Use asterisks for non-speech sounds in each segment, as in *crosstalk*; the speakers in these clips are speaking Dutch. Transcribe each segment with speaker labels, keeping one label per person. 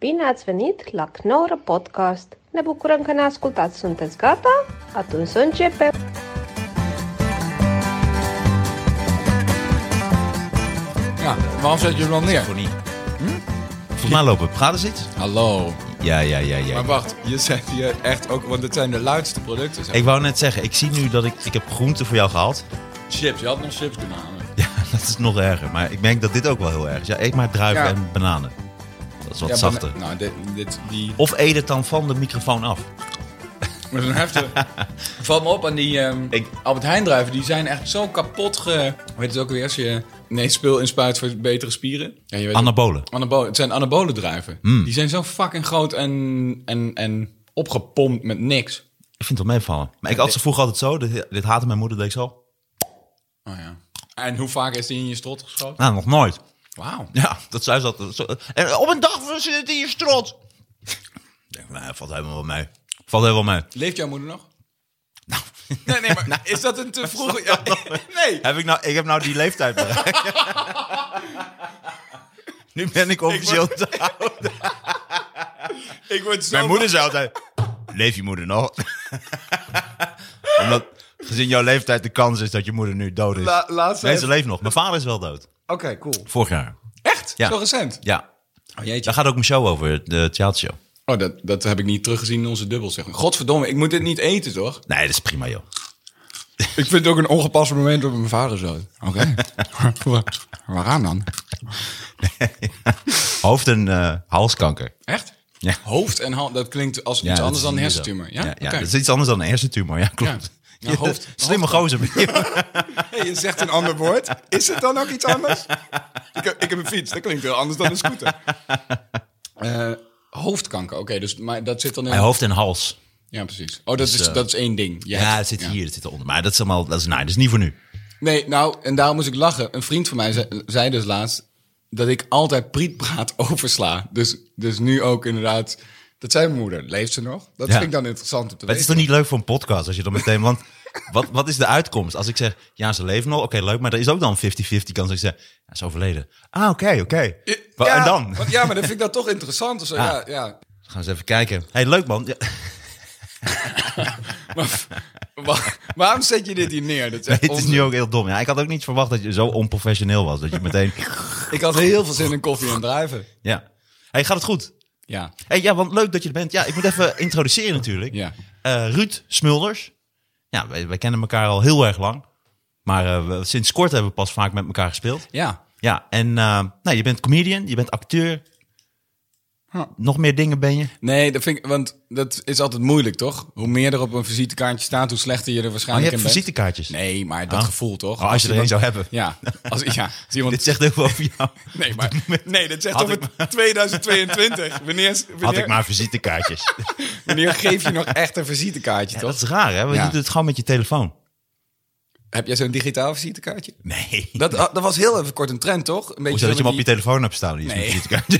Speaker 1: Bine ați venit la Knorr Podcast! Ne bucurăm că ne ascultați. Sunteți gata? Atunci să începem!
Speaker 2: Ja, waarom zet je hem dan neer? Hm?
Speaker 3: Voor niet. Volgens mij lopen praten
Speaker 2: Hallo.
Speaker 3: Ja, ja, ja,
Speaker 2: Maar
Speaker 3: ja.
Speaker 2: wacht, je zet hier echt ook, want dit zijn de luidste producten. zeg.
Speaker 3: Ik wou net zeggen, ik zie nu dat ik, ik heb groenten voor jou gehaald. *laughs*
Speaker 2: Chips, je had nog chips kunnen halen.
Speaker 3: Ja, dat is nog erger. Maar ik merk dat dit ook wel heel erg is. Ja, eet maar druiven
Speaker 2: Ja.
Speaker 3: en bananen. Dat is wat
Speaker 2: Ja,
Speaker 3: zachter.
Speaker 2: bana- Nou, dit, dit, die,
Speaker 3: Of eet het dan van de microfoon af.
Speaker 2: dat is een heftig. Valt me op aan die ehm,
Speaker 3: Ik-
Speaker 2: Albert Heijn druiven, die zijn echt zo kapot ge... Weet het ook weer, als je nee, spul inspuit voor betere spieren. Ja, je weet het.
Speaker 3: Anabolen.
Speaker 2: Anabole, het zijn anabole druiven. Die zijn zo fucking groot en, en, en opgepompt met niks.
Speaker 3: Ik vind het wel meevallen. Maar ik had ze vroeger altijd zo. Dit, dit haatte mijn moeder, deed ik zo.
Speaker 2: Oh ja. En hoe vaak is die in je strot geschoten?
Speaker 3: Nou, nog nooit. *laughs*
Speaker 2: Wauw.
Speaker 3: Ja, dat zei ze altijd. Zo- En op een dag zit het in je strot. Ik denk, nou, valt helemaal wel mee. Valt helemaal mee.
Speaker 2: Leeft jouw moeder nog?
Speaker 3: Nou.
Speaker 2: Nee, nee,
Speaker 3: *laughs*
Speaker 2: maar is dat een te vroeg... Ja, nee,
Speaker 3: Heb ik, nou, ik heb nou die
Speaker 2: *laughs*
Speaker 3: leeftijd bereikt. nu ben ik officieel te oud.
Speaker 2: ik word zo...
Speaker 3: Mijn moeder zei altijd, leef je moeder
Speaker 2: *laughs*
Speaker 3: nog? Omdat gezien jouw leeftijd de kans is dat je moeder nu dood is.
Speaker 2: La- laatst
Speaker 3: Mensen
Speaker 2: even-
Speaker 3: leven nog. Mijn vader is wel dood.
Speaker 2: Oké, cool.
Speaker 3: Vorig jaar.
Speaker 2: Echt?
Speaker 3: Ja.
Speaker 2: Zo recent?
Speaker 3: Ja.
Speaker 2: Oh, jeetje.
Speaker 3: Daar gaat ook mijn show over, de theatershow.
Speaker 2: Oh, dat, dat heb ik niet teruggezien in onze dubbel, zeg maar. Godverdomme, ik moet dit niet eten, toch?
Speaker 3: Nee, dat is prima joh.
Speaker 2: Ik vind het ook een ongepast moment op mijn vader zo. *laughs* Oké. Waaraan dan?
Speaker 3: Hoofd- en eh, halskanker.
Speaker 2: Echt?
Speaker 3: Ja.
Speaker 2: Hoofd en hand, dat klinkt als iets
Speaker 3: dat
Speaker 2: anders
Speaker 3: is
Speaker 2: dan
Speaker 3: hier
Speaker 2: hersentumor.
Speaker 3: zo.
Speaker 2: Ja,
Speaker 3: Ja, ja,
Speaker 2: Oké.
Speaker 3: dat is iets anders dan een hersentumor. Ja, klopt.
Speaker 2: Ja, hoofd-
Speaker 3: *laughs* Slimme gozer.
Speaker 2: *laughs* Hey, je zegt een ander woord. Is het dan ook iets anders? ik, heb, ik heb een fiets, dat klinkt heel anders dan een
Speaker 3: *laughs*
Speaker 2: scooter. Eh, hoofdkanker, oké, dus maar dat zit dan in...
Speaker 3: Mijn hoofd en hals.
Speaker 2: Ja, precies. Oh, dat, is,
Speaker 3: eh,
Speaker 2: dat is één ding. Je
Speaker 3: Ja,
Speaker 2: hebt-
Speaker 3: het zit
Speaker 2: ja.
Speaker 3: hier, het zit eronder. Maar dat is allemaal, dat is, nou, dat is niet voor nu.
Speaker 2: Nee, nou, en daarom moest ik lachen. Een vriend van mij ze- zei dus laatst dat ik altijd prietpraat *laughs* oversla. Dus, dus nu ook inderdaad, dat zei mijn moeder, leeft ze nog? Dat
Speaker 3: Ja.
Speaker 2: vind ik dan interessant om te
Speaker 3: Maar het is
Speaker 2: weten.
Speaker 3: toch niet leuk voor een podcast als je dan meteen... Want wat, wat is de uitkomst? Als ik zeg, ja, ze leven nog. Oké, leuk. Maar er is ook dan een 50-50 kans dat ik zeg, ja, ze is overleden. Ah, oké, oké. Wa-
Speaker 2: Ja,
Speaker 3: En dan? Ah.
Speaker 2: want- ja, maar dan vind ik dat toch interessant.
Speaker 3: *laughs*
Speaker 2: Dus, ja, ja.
Speaker 3: Gaan we eens even kijken. hey, leuk man. Ja, *laughs*
Speaker 2: Maar, wa- waarom zet je dit hier neer?
Speaker 3: *laughs*
Speaker 2: Dat is echt
Speaker 3: het is
Speaker 2: onzin.
Speaker 3: nu ook heel dom. Ja, ik had ook niet verwacht dat je zo onprofessioneel was. Dat je
Speaker 2: *laughs*
Speaker 3: meteen...
Speaker 2: Ik had heel veel zin in koffie en druiven.
Speaker 3: Ja. hey, gaat het goed?
Speaker 2: Ja.
Speaker 3: hey, ja, want leuk dat je er bent. Ja, ik moet even introduceren natuurlijk.
Speaker 2: Ja.
Speaker 3: Eh, Ruud Smulders. Ja, wij, wij kennen elkaar al heel erg lang. Maar eh, we- sinds kort hebben we pas vaak met elkaar gespeeld.
Speaker 2: Ja.
Speaker 3: Ja, en eh, nou, je bent comedian, je bent acteur.
Speaker 2: Huh.
Speaker 3: Nog meer dingen ben je.
Speaker 2: Nee, dat vind ik, want dat is altijd moeilijk, toch? Hoe meer er op een visitekaartje staat, hoe slechter je er
Speaker 3: Oh, je
Speaker 2: waarschijnlijk
Speaker 3: hebt
Speaker 2: in bent.
Speaker 3: visitekaartjes.
Speaker 2: Nee, maar dat
Speaker 3: Oh.
Speaker 2: gevoel toch?
Speaker 3: Oh, als je er
Speaker 2: iemand-
Speaker 3: één zou hebben.
Speaker 2: Ja. Als, ja,
Speaker 3: *laughs*
Speaker 2: als iemand
Speaker 3: *laughs* Dit zegt heel veel over jou.
Speaker 2: *laughs* Nee,
Speaker 3: *laughs*
Speaker 2: maar, nee dat zegt
Speaker 3: Had
Speaker 2: over
Speaker 3: ik *laughs*
Speaker 2: 2022. Wanneer, wanneer,
Speaker 3: Had ik maar
Speaker 2: *laughs*
Speaker 3: visitekaartjes.
Speaker 2: wanneer geef je nog echt een visitekaartje,
Speaker 3: Ja,
Speaker 2: toch?
Speaker 3: dat is raar, hè? Want
Speaker 2: Ja.
Speaker 3: je doet het gewoon met je telefoon.
Speaker 2: Heb jij zo'n digitaal visitekaartje?
Speaker 3: Nee.
Speaker 2: Dat, ah, dat was heel even kort een trend, toch? Een beetje
Speaker 3: Hoezo dat je
Speaker 2: zo
Speaker 3: hem op je
Speaker 2: met
Speaker 3: telefoon hebt staan? Hier is,
Speaker 2: Nee.
Speaker 3: een
Speaker 2: *laughs*
Speaker 3: visitekaartje.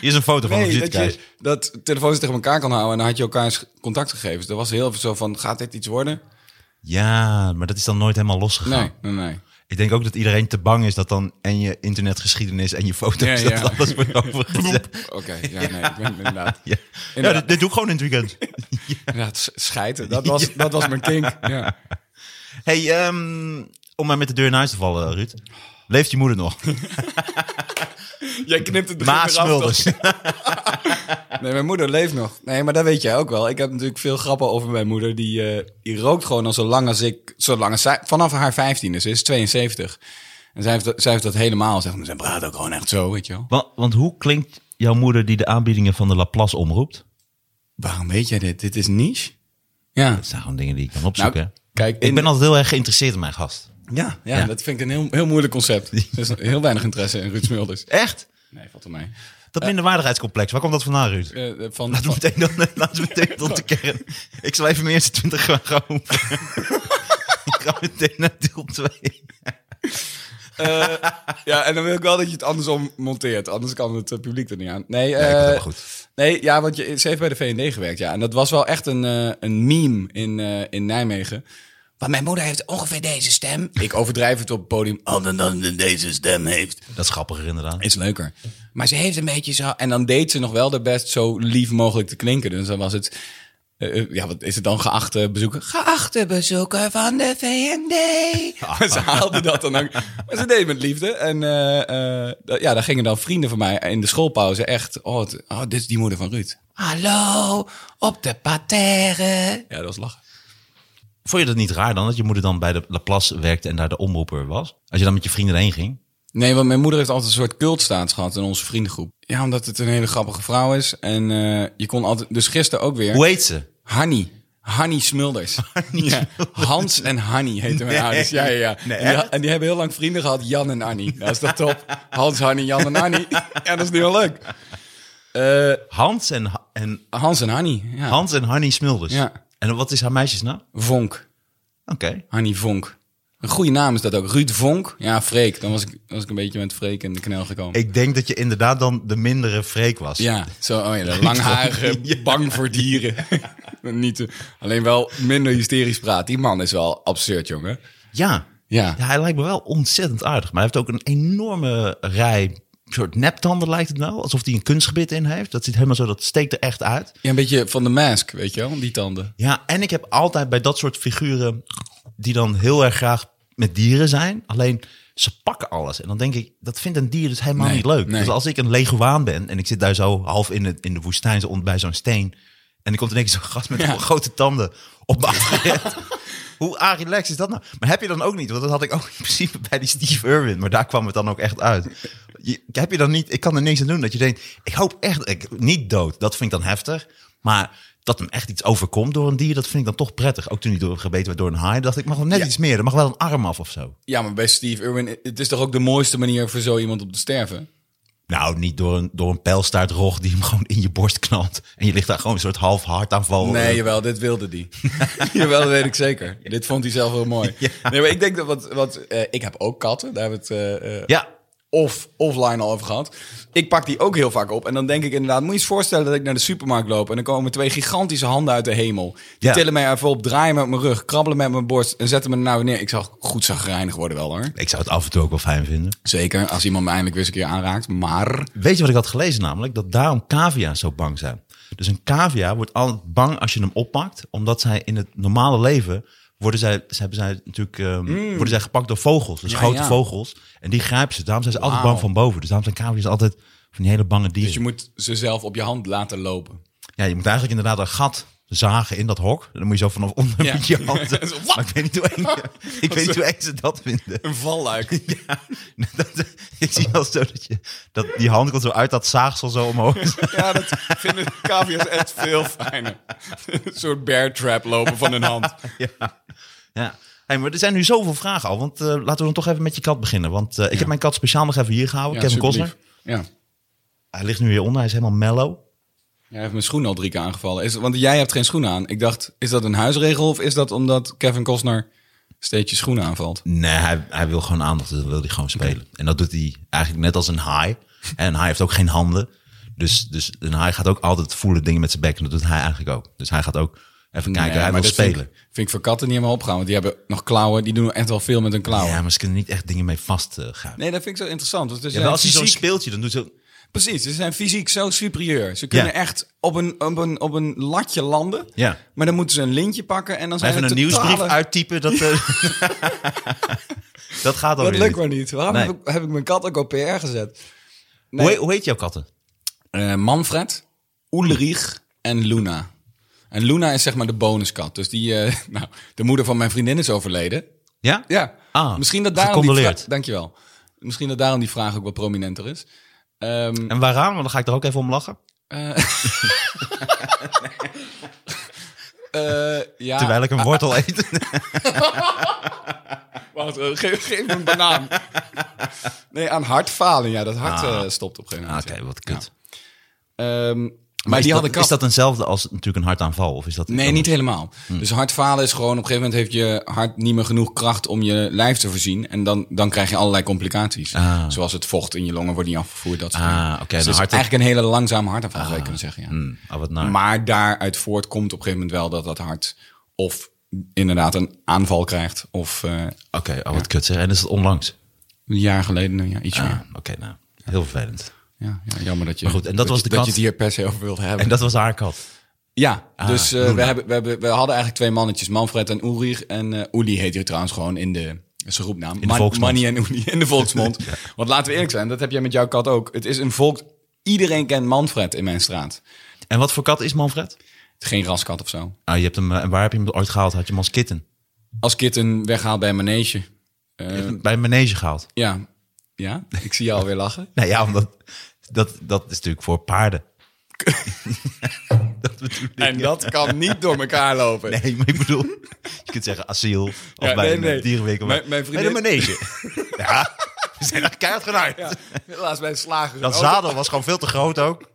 Speaker 3: Hier is een foto van een
Speaker 2: Nee, dat je
Speaker 3: visitekaartje.
Speaker 2: dat telefoons tegen elkaar kan houden en dan had je elkaars contactgegevens. Dus Dat was heel even zo van, gaat dit iets worden?
Speaker 3: Ja, maar dat is dan nooit helemaal losgegaan.
Speaker 2: Nee, nee, nee.
Speaker 3: Ik denk ook dat iedereen te bang is dat dan en je internetgeschiedenis en je foto's,
Speaker 2: Ja, ja.
Speaker 3: dat
Speaker 2: *laughs*
Speaker 3: alles wordt overgezet.
Speaker 2: Oké, *laughs* ja, nee, ik ben inderdaad.
Speaker 3: Ja, ja dit, dit doe ik gewoon in het
Speaker 2: *laughs*
Speaker 3: weekend.
Speaker 2: Inderdaad, s- scheiden. *laughs* Dat was, dat was mijn kink. Ja.
Speaker 3: Hey, ehm, om maar met de deur in huis te vallen, Ruud. Leeft je
Speaker 2: *laughs*
Speaker 3: moeder nog?
Speaker 2: Jij knipt het begin
Speaker 3: Maas
Speaker 2: eraf, toch? *laughs*
Speaker 3: Smulders.
Speaker 2: Nee, mijn moeder leeft nog. Nee, maar dat weet jij ook wel. Ik heb natuurlijk veel grappen over mijn moeder. Die, eh, die rookt gewoon al zo lang als ik... Zo lang als zij, vanaf haar 15 is, ze is 72. En zij heeft, dat- zij heeft dat helemaal. Zeg, maar, zij praat ook gewoon echt zo, weet je wel.
Speaker 3: want, want hoe klinkt jouw moeder die de aanbiedingen van de Laplace omroept?
Speaker 2: Waarom weet jij dit? Dit is niche? Ja.
Speaker 3: Dat zijn gewoon dingen die ik kan opzoeken.
Speaker 2: Nou, kijk, in-
Speaker 3: ik ben altijd heel erg geïnteresseerd in mijn gast.
Speaker 2: Ja, ja,
Speaker 3: Ja.
Speaker 2: dat vind ik een heel, heel moeilijk
Speaker 3: *laughs*
Speaker 2: concept. Er is heel weinig interesse in Ruud Smulders.
Speaker 3: Echt?
Speaker 2: Nee, valt er mee.
Speaker 3: Dat minderwaardigheidscomplex, waar komt dat vandaan, Ruud?
Speaker 2: Eh, eh, van,
Speaker 3: Laten we meteen, dan, *laughs* laten we meteen tot de kern. Ik zal even mijn eerste 20 gaan gaan oefenen. *laughs* Ik ga meteen naar deel 2.
Speaker 2: Eh, ja, en dan wil ik wel dat je het andersom monteert. Anders kan het eh, publiek er niet aan. Nee,
Speaker 3: ik vind
Speaker 2: eh,
Speaker 3: het wel goed.
Speaker 2: Nee, ja, want je, ze heeft bij de VND gewerkt, ja. En dat was wel echt een, eh, een meme in, eh, in Nijmegen. Maar mijn moeder heeft ongeveer deze stem. Ik overdrijf het op het podium. Ander dan deze stem heeft.
Speaker 3: Dat is grappiger inderdaad.
Speaker 2: Is leuker. Maar ze heeft een beetje zo. En dan deed ze nog wel haar best zo lief mogelijk te klinken. Dus dan was het. eh, eh, ja, wat is het dan? Geachte bezoeker. Geachte bezoeker van de *laughs* VND. Maar ze haalde dat dan ook. Maar ze deed het met liefde. En eh, eh, dat- ja, daar gingen dan vrienden van mij in de schoolpauze echt. Oh, het- oh, dit is die moeder van Ruud. Hallo, op de parterre. Ja, dat was lachen.
Speaker 3: Vond je dat niet raar dan, dat je moeder dan bij de Laplace werkte en daar de omroeper was? Als je dan met je vrienden heen ging?
Speaker 2: Nee, want mijn moeder heeft altijd een soort cultstatus gehad in onze vriendengroep. Ja, omdat het een hele grappige vrouw is. En eh, je kon altijd... Dus gisteren ook weer...
Speaker 3: Hoe heet ze?
Speaker 2: Hanny. Hanny
Speaker 3: *laughs*
Speaker 2: Smulders. Ja. Hans en Hanny heten mijn
Speaker 3: Nee.
Speaker 2: ouders. Ja, ja, ja.
Speaker 3: Nee,
Speaker 2: en, die,
Speaker 3: echt?
Speaker 2: en die hebben heel lang vrienden gehad. Jan en Annie. Dat is toch
Speaker 3: *laughs*
Speaker 2: top? Hans, Hanny, Jan en Annie. Ja, dat is nu wel leuk. Eh,
Speaker 3: Hans en, Ha- en,
Speaker 2: Hans en Hanny. Ja.
Speaker 3: Hans en Hanny Smulders.
Speaker 2: Ah. Ja.
Speaker 3: En wat is haar meisjesnaam?
Speaker 2: Vonk.
Speaker 3: Oké.
Speaker 2: Hanny Vonk. Een goede naam is dat ook. Ruud Vonk. Ja, Freek. Dan was ik, was ik een beetje met Freek in de knel gekomen.
Speaker 3: Ik denk dat je inderdaad dan de mindere Freek was.
Speaker 2: Ja, zo, oh ja, de
Speaker 3: *laughs*
Speaker 2: langharige, bang voor dieren. Niet, te- alleen wel minder hysterisch praat. Die man is wel absurd, jongen.
Speaker 3: Ja.
Speaker 2: Ja.
Speaker 3: hij lijkt me wel ontzettend aardig. Maar hij heeft ook een enorme rij soort neptanden lijkt het nou. Alsof hij een kunstgebit in heeft. Dat ziet helemaal zo, dat steekt er echt uit.
Speaker 2: Ja, een beetje van de mask, weet je wel, die tanden.
Speaker 3: Ja, en ik heb altijd bij dat soort figuren die dan heel erg graag met dieren zijn. Alleen ze pakken alles. En dan denk ik, dat vindt een dier dus helemaal
Speaker 2: Nee,
Speaker 3: niet leuk.
Speaker 2: nee.
Speaker 3: Dus als ik een leguaan ben en ik zit daar zo half in, het, in de woestijn zo ont- bij zo'n steen. En er komt in één keer zo'n gast met *laughs* grote tanden
Speaker 2: *laughs*
Speaker 3: op me afgerend. Hoe relaxed is dat nou? Maar heb je dan ook niet, want dat had ik ook in principe bij die Steve Irwin. Maar daar kwam het dan ook echt uit. Je, heb je dan niet, ik kan er niks aan doen dat je denkt, ik hoop echt, dat ik, niet dood. Dat vind ik dan heftig. Maar dat hem echt iets overkomt door een dier, dat vind ik dan toch prettig. Ook toen hij door, gebeten werd door een haai, dacht ik, mag wel net iets meer. Er mag wel een arm af of zo.
Speaker 2: Ja, maar bij Steve Irwin, het is toch ook de mooiste manier voor zo iemand op te sterven?
Speaker 3: Nou, niet door een, door een pijlstaartrog die hem gewoon in je borst knalt. En je ligt daar gewoon een soort half hartaanval.
Speaker 2: Nee, jawel, dit wilde *laughs* die. jawel, dat weet ik zeker. Dit vond hij zelf heel mooi. Nee, maar ik denk dat wat... wat eh, ik heb ook katten, daar hebben we het eh, eh,
Speaker 3: Ja,
Speaker 2: of offline al over gehad. Ik pak die ook heel vaak op. En dan denk ik inderdaad, moet je eens voorstellen dat ik naar de supermarkt loop... en dan komen twee gigantische handen uit de hemel. Die
Speaker 3: Ja.
Speaker 2: tillen mij even op, draaien me op mijn rug, krabbelen met mijn borst... en zetten me nou neer. Ik zou goed zagrijnig worden wel, hoor.
Speaker 3: ik zou het af en toe ook wel fijn vinden.
Speaker 2: Zeker, als iemand me eindelijk weer eens een keer aanraakt. Maar
Speaker 3: Weet je wat ik had gelezen namelijk? Dat daarom cavia's zo bang zijn. Dus een cavia wordt altijd bang als je hem oppakt. Omdat zij in het normale leven worden zij, zij, hebben zij natuurlijk, ehm, worden zij gepakt door vogels. Dus
Speaker 2: Mm. Ja,
Speaker 3: grote
Speaker 2: ja.
Speaker 3: vogels. En die grijpen ze. Daarom zijn ze altijd bang
Speaker 2: Wauw. Dus
Speaker 3: van boven. Dus daarom zijn cavia's altijd van die hele bange dieren.
Speaker 2: je moet ze zelf op je hand laten lopen.
Speaker 3: Ja, je moet eigenlijk inderdaad een gat zagen in dat hok. Dan moet je zo vanaf onder
Speaker 2: Ja. *laughs*
Speaker 3: met je handen.
Speaker 2: Zo, wat?
Speaker 3: Maar ik weet niet hoe eng,
Speaker 2: *laughs*
Speaker 3: ik weet niet hoe eng ze dat vinden.
Speaker 2: Een valluik. *laughs*
Speaker 3: Ja, *laughs* dat, ik zie wel zo dat, je, dat die hand komt zo uit dat zaagsel zo
Speaker 2: *laughs*
Speaker 3: omhoog.
Speaker 2: Ja, dat vinden cavia's echt veel fijner. *laughs* Een soort bear trap lopen van hun hand.
Speaker 3: ja. ja. Hey, maar er zijn nu zoveel vragen al, want eh, laten we dan toch even met je kat beginnen. Want eh, ik heb mijn kat speciaal nog even hier gehouden, Kevin Costner.
Speaker 2: Ja.
Speaker 3: Hij ligt nu hier onder, hij is helemaal mellow.
Speaker 2: Hij heeft mijn schoen al drie keer aangevallen. Is, want jij hebt geen schoenen aan. Ik dacht, is dat een huisregel of is dat omdat Kevin Costner steeds je schoenen aanvalt?
Speaker 3: Nee, hij, hij wil gewoon aandacht, dat wil hij gewoon spelen. En dat doet hij eigenlijk net als een haai. En een haai heeft ook geen handen. Dus, dus een haai gaat ook altijd voelen dingen met zijn bek en dat doet hij eigenlijk ook. Dus hij gaat ook even kijken,
Speaker 2: Nee,
Speaker 3: hij
Speaker 2: maar
Speaker 3: wil
Speaker 2: dat
Speaker 3: spelen.
Speaker 2: Vind ik, vind ik voor katten niet helemaal opgaan. Want die hebben nog klauwen. Die doen echt wel veel met hun klauwen.
Speaker 3: Ja, maar ze kunnen niet echt dingen mee eh, vastgaan.
Speaker 2: Nee, dat vind ik zo interessant. Want ze
Speaker 3: ja,
Speaker 2: zijn
Speaker 3: wel als je zo'n
Speaker 2: fysiek-
Speaker 3: speeltje, dan doet ze...
Speaker 2: Precies, ze zijn fysiek zo superieur. Ze kunnen
Speaker 3: Ja.
Speaker 2: echt op een, op, een, op een latje landen.
Speaker 3: Ja.
Speaker 2: Maar dan moeten ze een lintje pakken en dan zijn
Speaker 3: Even een
Speaker 2: het Eh, totale-
Speaker 3: nieuwsbrief uittypen,
Speaker 2: *laughs*
Speaker 3: dat... eh, *laughs* dat gaat dan
Speaker 2: Dat
Speaker 3: weer
Speaker 2: lukt
Speaker 3: niet.
Speaker 2: maar niet. Waarom
Speaker 3: Nee.
Speaker 2: heb, ik, heb ik mijn kat ook op PR gezet?
Speaker 3: Hoe, heet- hoe heet jouw katten?
Speaker 2: Eh, Manfred, Ulrich en Luna. En Luna is zeg maar de bonuskat. Dus die, eh, *laughs* nou, de moeder van mijn vriendin is overleden.
Speaker 3: Ja?
Speaker 2: Ja.
Speaker 3: Ah,
Speaker 2: Misschien dat daarom
Speaker 3: gecondoleerd.
Speaker 2: Die vra- Dankjewel. Misschien dat daarom die vraag ook wat prominenter is. Ehm,
Speaker 3: En waaraan? Want dan ga ik er ook even om lachen.
Speaker 2: eh, ja.
Speaker 3: Terwijl ik een wortel eet.
Speaker 2: Wacht, eh, geef, geef me een banaan. Nee, aan hartfalen. Ja, dat hart
Speaker 3: Ah.
Speaker 2: eh, stopt op een gegeven
Speaker 3: *laughs* Ah,
Speaker 2: moment.
Speaker 3: Oké, wat kut.
Speaker 2: Ja. Ehm, maar,
Speaker 3: is
Speaker 2: die
Speaker 3: dat,
Speaker 2: had een kat.
Speaker 3: Is dat eenzelfde als natuurlijk een hartaanval? Of is dat Hm.
Speaker 2: Nee,
Speaker 3: dan-
Speaker 2: niet helemaal. Dus hartfalen is gewoon... op een gegeven moment heeft je hart niet meer genoeg kracht... om je lijf te voorzien. En dan, dan krijg je allerlei complicaties.
Speaker 3: Ah.
Speaker 2: Zoals het vocht in je longen wordt niet afgevoerd. Dat soort
Speaker 3: Ah,
Speaker 2: dingen.
Speaker 3: oké,
Speaker 2: Dus
Speaker 3: een
Speaker 2: het is
Speaker 3: hart- Hm.
Speaker 2: eigenlijk een hele langzame hartaanval, zou je kunnen zeggen. Ja.
Speaker 3: Hmm, ah, wat naar.
Speaker 2: Maar daaruit voortkomt op een gegeven moment wel dat dat hart... of inderdaad een aanval krijgt. Of eh,
Speaker 3: Oké, oh, wat kut zeg. En is het onlangs?
Speaker 2: een jaar geleden, nou ja, iets
Speaker 3: Ah,
Speaker 2: meer.
Speaker 3: Oké, nou. Heel vervelend.
Speaker 2: Ja, ja, jammer dat je,
Speaker 3: goed, en dat was
Speaker 2: je-
Speaker 3: de
Speaker 2: dat
Speaker 3: kat.
Speaker 2: je het hier per se over wilt hebben.
Speaker 3: En dat was haar kat.
Speaker 2: Ja, dus eh, we, hebben, we, hebben, we hadden eigenlijk twee mannetjes, Manfred en Ulrich. En eh Uli heet hier trouwens gewoon in de dat is zijn roepnaam. Man-
Speaker 3: volksmond.
Speaker 2: Manny en Uli in de volksmond. Want laten we eerlijk zijn, dat heb jij met jouw kat ook. Het is een volk... Iedereen kent Manfred in mijn straat.
Speaker 3: En wat voor kat is Manfred?
Speaker 2: Geen raskat of zo.
Speaker 3: Ah, je hebt hem, eh, en waar heb je hem ooit gehaald? Had je hem als kitten?
Speaker 2: Als kitten weghaalt bij een manege. Eh,
Speaker 3: Je hebt hem bij een manege gehaald?
Speaker 2: ja. ja, ik zie jou alweer lachen.
Speaker 3: Nou ja, omdat dat, dat is natuurlijk voor paarden. dat bedoel ik.
Speaker 2: En dat kan niet door elkaar lopen.
Speaker 3: Nee, maar ik bedoel, *laughs* je kunt zeggen asiel of
Speaker 2: Ja,
Speaker 3: bij
Speaker 2: nee,
Speaker 3: een
Speaker 2: nee.
Speaker 3: nee. dierenwinkel.
Speaker 2: Mijn- mijn vriendin-
Speaker 3: Bij de manege. *laughs* ja, we zijn echt keihard gaan uit.
Speaker 2: Ja, helaas bij een slager.
Speaker 3: Dat
Speaker 2: Oh,
Speaker 3: zadel was gewoon veel te groot ook.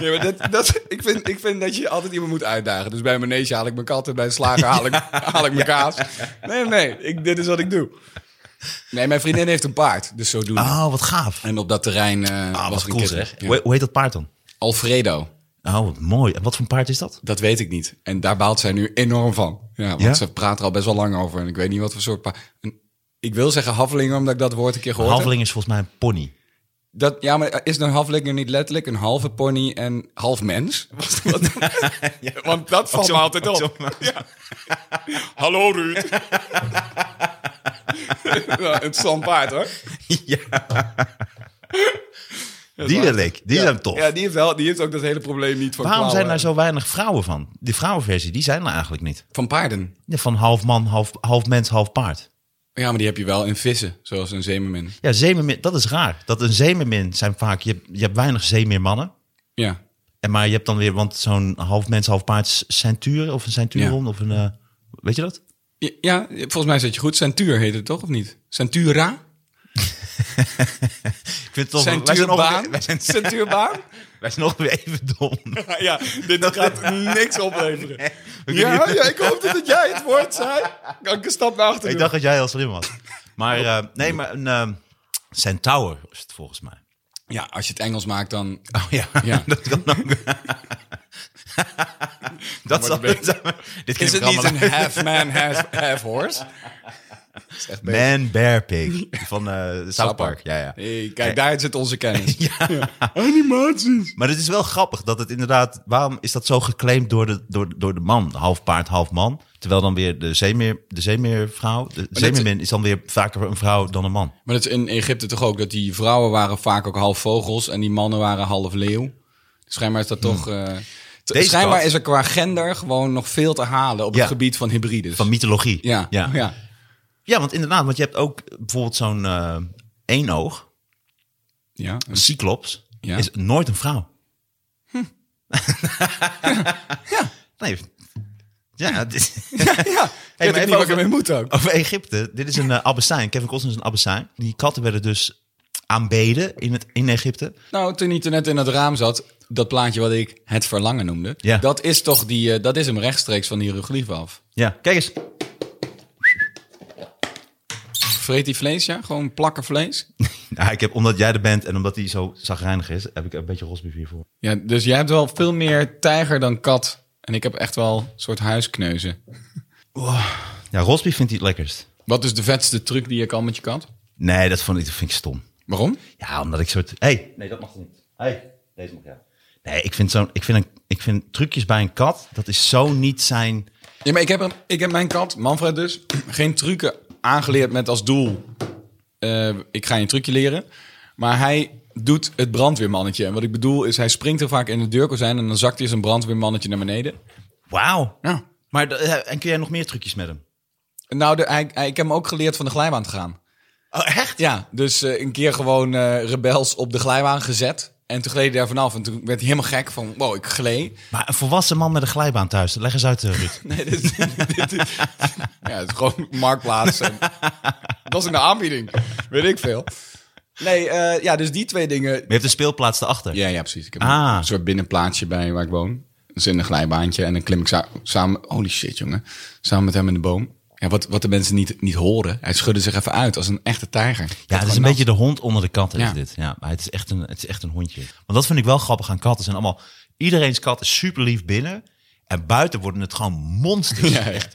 Speaker 2: Ja, maar dat, dat, ik, vind, ik vind dat je altijd iemand moet uitdagen. Dus bij een manege haal ik mijn katten, bij een slager haal ik, haal ik mijn kaas. Nee, nee, ik, dit is wat ik doe. Nee, mijn vriendin heeft een paard, dus zo doen.
Speaker 3: Oh, wat gaaf.
Speaker 2: En op dat terrein eh, was
Speaker 3: Ah, wat
Speaker 2: er een
Speaker 3: cool
Speaker 2: kitten.
Speaker 3: zeg.
Speaker 2: Ja.
Speaker 3: Hoe, hoe heet dat paard dan?
Speaker 2: Alfredo,
Speaker 3: Oh, wat mooi. En wat voor een paard is dat?
Speaker 2: dat weet ik niet. En daar baalt zij nu enorm van. Ja, want
Speaker 3: Ja?
Speaker 2: ze praat er al best wel lang over. En ik weet niet wat voor soort paard... een- Ik wil zeggen haffeling, omdat ik dat woord een keer gehoord heb.
Speaker 3: Halveling is volgens mij een pony.
Speaker 2: Dat, ja, maar is een halflinger niet letterlijk een halve pony en half mens? Wat- *laughs* wat- Want dat valt me altijd op. Hallo Ruud. *laughs* nou, het standpaard hoor.
Speaker 3: *laughs* *laughs* ja. *laughs* Die wil ik. Die zijn tof.
Speaker 2: Ja, die heeft, wel, die heeft ook dat hele probleem niet van
Speaker 3: Waarom zijn
Speaker 2: klauwen.
Speaker 3: daar zo weinig vrouwen van? Die vrouwenversie, die zijn er eigenlijk niet.
Speaker 2: Van paarden.
Speaker 3: Ja, van half man, half, half mens, half paard.
Speaker 2: Ja, maar die heb je wel in vissen, zoals een zeemermin.
Speaker 3: Ja, zeemermin, dat is raar. Dat een zeemermin zijn vaak, je, hebt- je hebt weinig zeemeermannen.
Speaker 2: Ja.
Speaker 3: En maar je hebt dan weer, want zo'n half mens, half paard is centuur of een centuron of een, eh, weet je dat?
Speaker 2: Ja, ja, volgens mij zit je goed. Centuur heet het toch, of niet? Centura?
Speaker 3: Ik vind het toch, wij zijn, nog
Speaker 2: Centuurbaan?
Speaker 3: weer, wij, zijn,
Speaker 2: *laughs* Centuurbaan?
Speaker 3: wij zijn nog weer even dom.
Speaker 2: Nou Ja, dit gaat niks opleveren.
Speaker 3: kunnen
Speaker 2: Ja, ja, ik hoopte dat jij het woord zei. Kan ik een stap naar achteren
Speaker 3: Ik dacht dat jij heel slim was. Maar
Speaker 2: Oh.
Speaker 3: eh, nee, maar een eh, centaur is het volgens mij. *laughs*
Speaker 2: Ja, als je het Engels maakt, dan...
Speaker 3: Oh ja,
Speaker 2: Ja.
Speaker 3: dat kan
Speaker 2: *laughs*
Speaker 3: ook. dat
Speaker 2: wordt
Speaker 3: zal
Speaker 2: het beter.
Speaker 3: *laughs* Dit
Speaker 2: Is het niet een half man, *laughs* half, half horse? Dat is *laughs* echt beter.
Speaker 3: Man Bear
Speaker 2: *laughs*
Speaker 3: Pig van eh South Park. Ja, ja.
Speaker 2: Hey, kijk, daar zit onze kennis.
Speaker 3: *laughs*
Speaker 2: Ja. Animaties.
Speaker 3: Maar het is wel grappig dat het inderdaad... Waarom is dat zo geclaimd door de, door, door de man? Half paard, half man. Terwijl dan weer de, zeemeer, de zeemeervrouw... De zeemeermin is dan weer vaker een vrouw dan een man.
Speaker 2: Maar dat is in Egypte toch ook, dat die vrouwen waren vaak ook half vogels en die mannen waren half leeuw. Dus schijnbaar is dat toch... eh, t-
Speaker 3: Hmm. Deze
Speaker 2: schijnbaar
Speaker 3: kat-
Speaker 2: is er qua gender gewoon nog veel te halen op
Speaker 3: Ja.
Speaker 2: het gebied van hybrides.
Speaker 3: Van mythologie.
Speaker 2: ja. Oh
Speaker 3: ja.
Speaker 2: Ja.
Speaker 3: *laughs*
Speaker 2: ja.
Speaker 3: Ja, want inderdaad, want je hebt ook bijvoorbeeld zo'n eh eenoog,
Speaker 2: Ja.
Speaker 3: een cyclops,
Speaker 2: Ja.
Speaker 3: is nooit een vrouw. Hm. *laughs* Nee, ja, dit- *laughs*
Speaker 2: Ik weet
Speaker 3: even
Speaker 2: ook niet waar ik
Speaker 3: over- Oh.
Speaker 2: ermee moet ook.
Speaker 3: over Egypte. Dit is een eh, abbessijn. Kevin Costner is een abbessijn. Die katten werden dus aanbeden in, het, in Egypte.
Speaker 2: Nou, toen hij er net in het raam zat, dat plaatje wat ik het verlangen noemde,
Speaker 3: Ja.
Speaker 2: dat is toch die, eh, dat is hem rechtstreeks van die hieroglyphen af.
Speaker 3: Ja, kijk eens.
Speaker 2: Vreet die vlees, ja? Gewoon plakken vlees?
Speaker 3: Nou, ik heb, omdat jij er bent en omdat hij zo zagrijnig is, heb ik een beetje rosbief hiervoor.
Speaker 2: Ja, dus jij hebt wel veel meer tijger dan kat. En ik heb echt wel een soort huiskneuzen.
Speaker 3: Ja, rosbief vindt hij het lekkerst.
Speaker 2: Wat is de vetste truc die je kan met je kat?
Speaker 3: Nee, dat, vond ik, dat vind ik stom.
Speaker 2: Waarom?
Speaker 3: Ja, omdat ik soort. hey. nee, dat mag er niet. hey. deze mag ja. Nee, ik vind, zo'n, ik, vind een, ik vind trucjes bij een kat, dat is zo niet zijn.
Speaker 2: Ja, maar ik heb, hem, ik heb mijn kat, Manfred dus, geen trucken aangeleerd met als doel... eh, ik ga je een trucje leren. Maar hij doet het brandweermannetje. En wat ik bedoel is, hij springt er vaak in de deurkozijn... en dan zakt hij zijn brandweermannetje naar beneden.
Speaker 3: Wauw.
Speaker 2: Ja.
Speaker 3: Maar, de- eh, en kun jij nog meer trucjes met hem?
Speaker 2: Nou, de, hij, hij- ik heb hem ook geleerd van de glijbaan te gaan.
Speaker 3: Oh, echt?
Speaker 2: Ja, dus eh, een keer gewoon eh, rebels op de glijbaan gezet. En toen gleed hij daar vanaf. En toen werd hij helemaal gek van, wow, ik gleed.
Speaker 3: Maar een volwassen man met een glijbaan thuis, leg eens uit, eh, Ruud.
Speaker 2: *laughs* Nee, dit, is- dit is- ja, het is gewoon marktplaats. En, dat was in de aanbieding. Weet ik veel. Nee, eh, ja, dus die twee dingen.
Speaker 3: Je hebt een speelplaats erachter.
Speaker 2: Ja, ja, precies. Ik heb
Speaker 3: Ah.
Speaker 2: een soort binnenplaatsje bij waar ik woon. Dus in een glijbaantje. En dan klim ik sa- samen... Holy shit, jongen. Samen met hem in de boom. Ja, wat, wat de mensen niet, niet horen. Hij schudde zich even uit als een echte tijger.
Speaker 3: Ja, het is een beetje de hond onder de katten,
Speaker 2: Ja.
Speaker 3: is dit. Ja, maar het is, echt een, het is echt een hondje. Want dat vind ik wel grappig aan katten. Zijn allemaal, iedereen's kat is super lief binnen. En buiten worden het gewoon monsters.
Speaker 2: *laughs* Ja, ja.
Speaker 3: Echt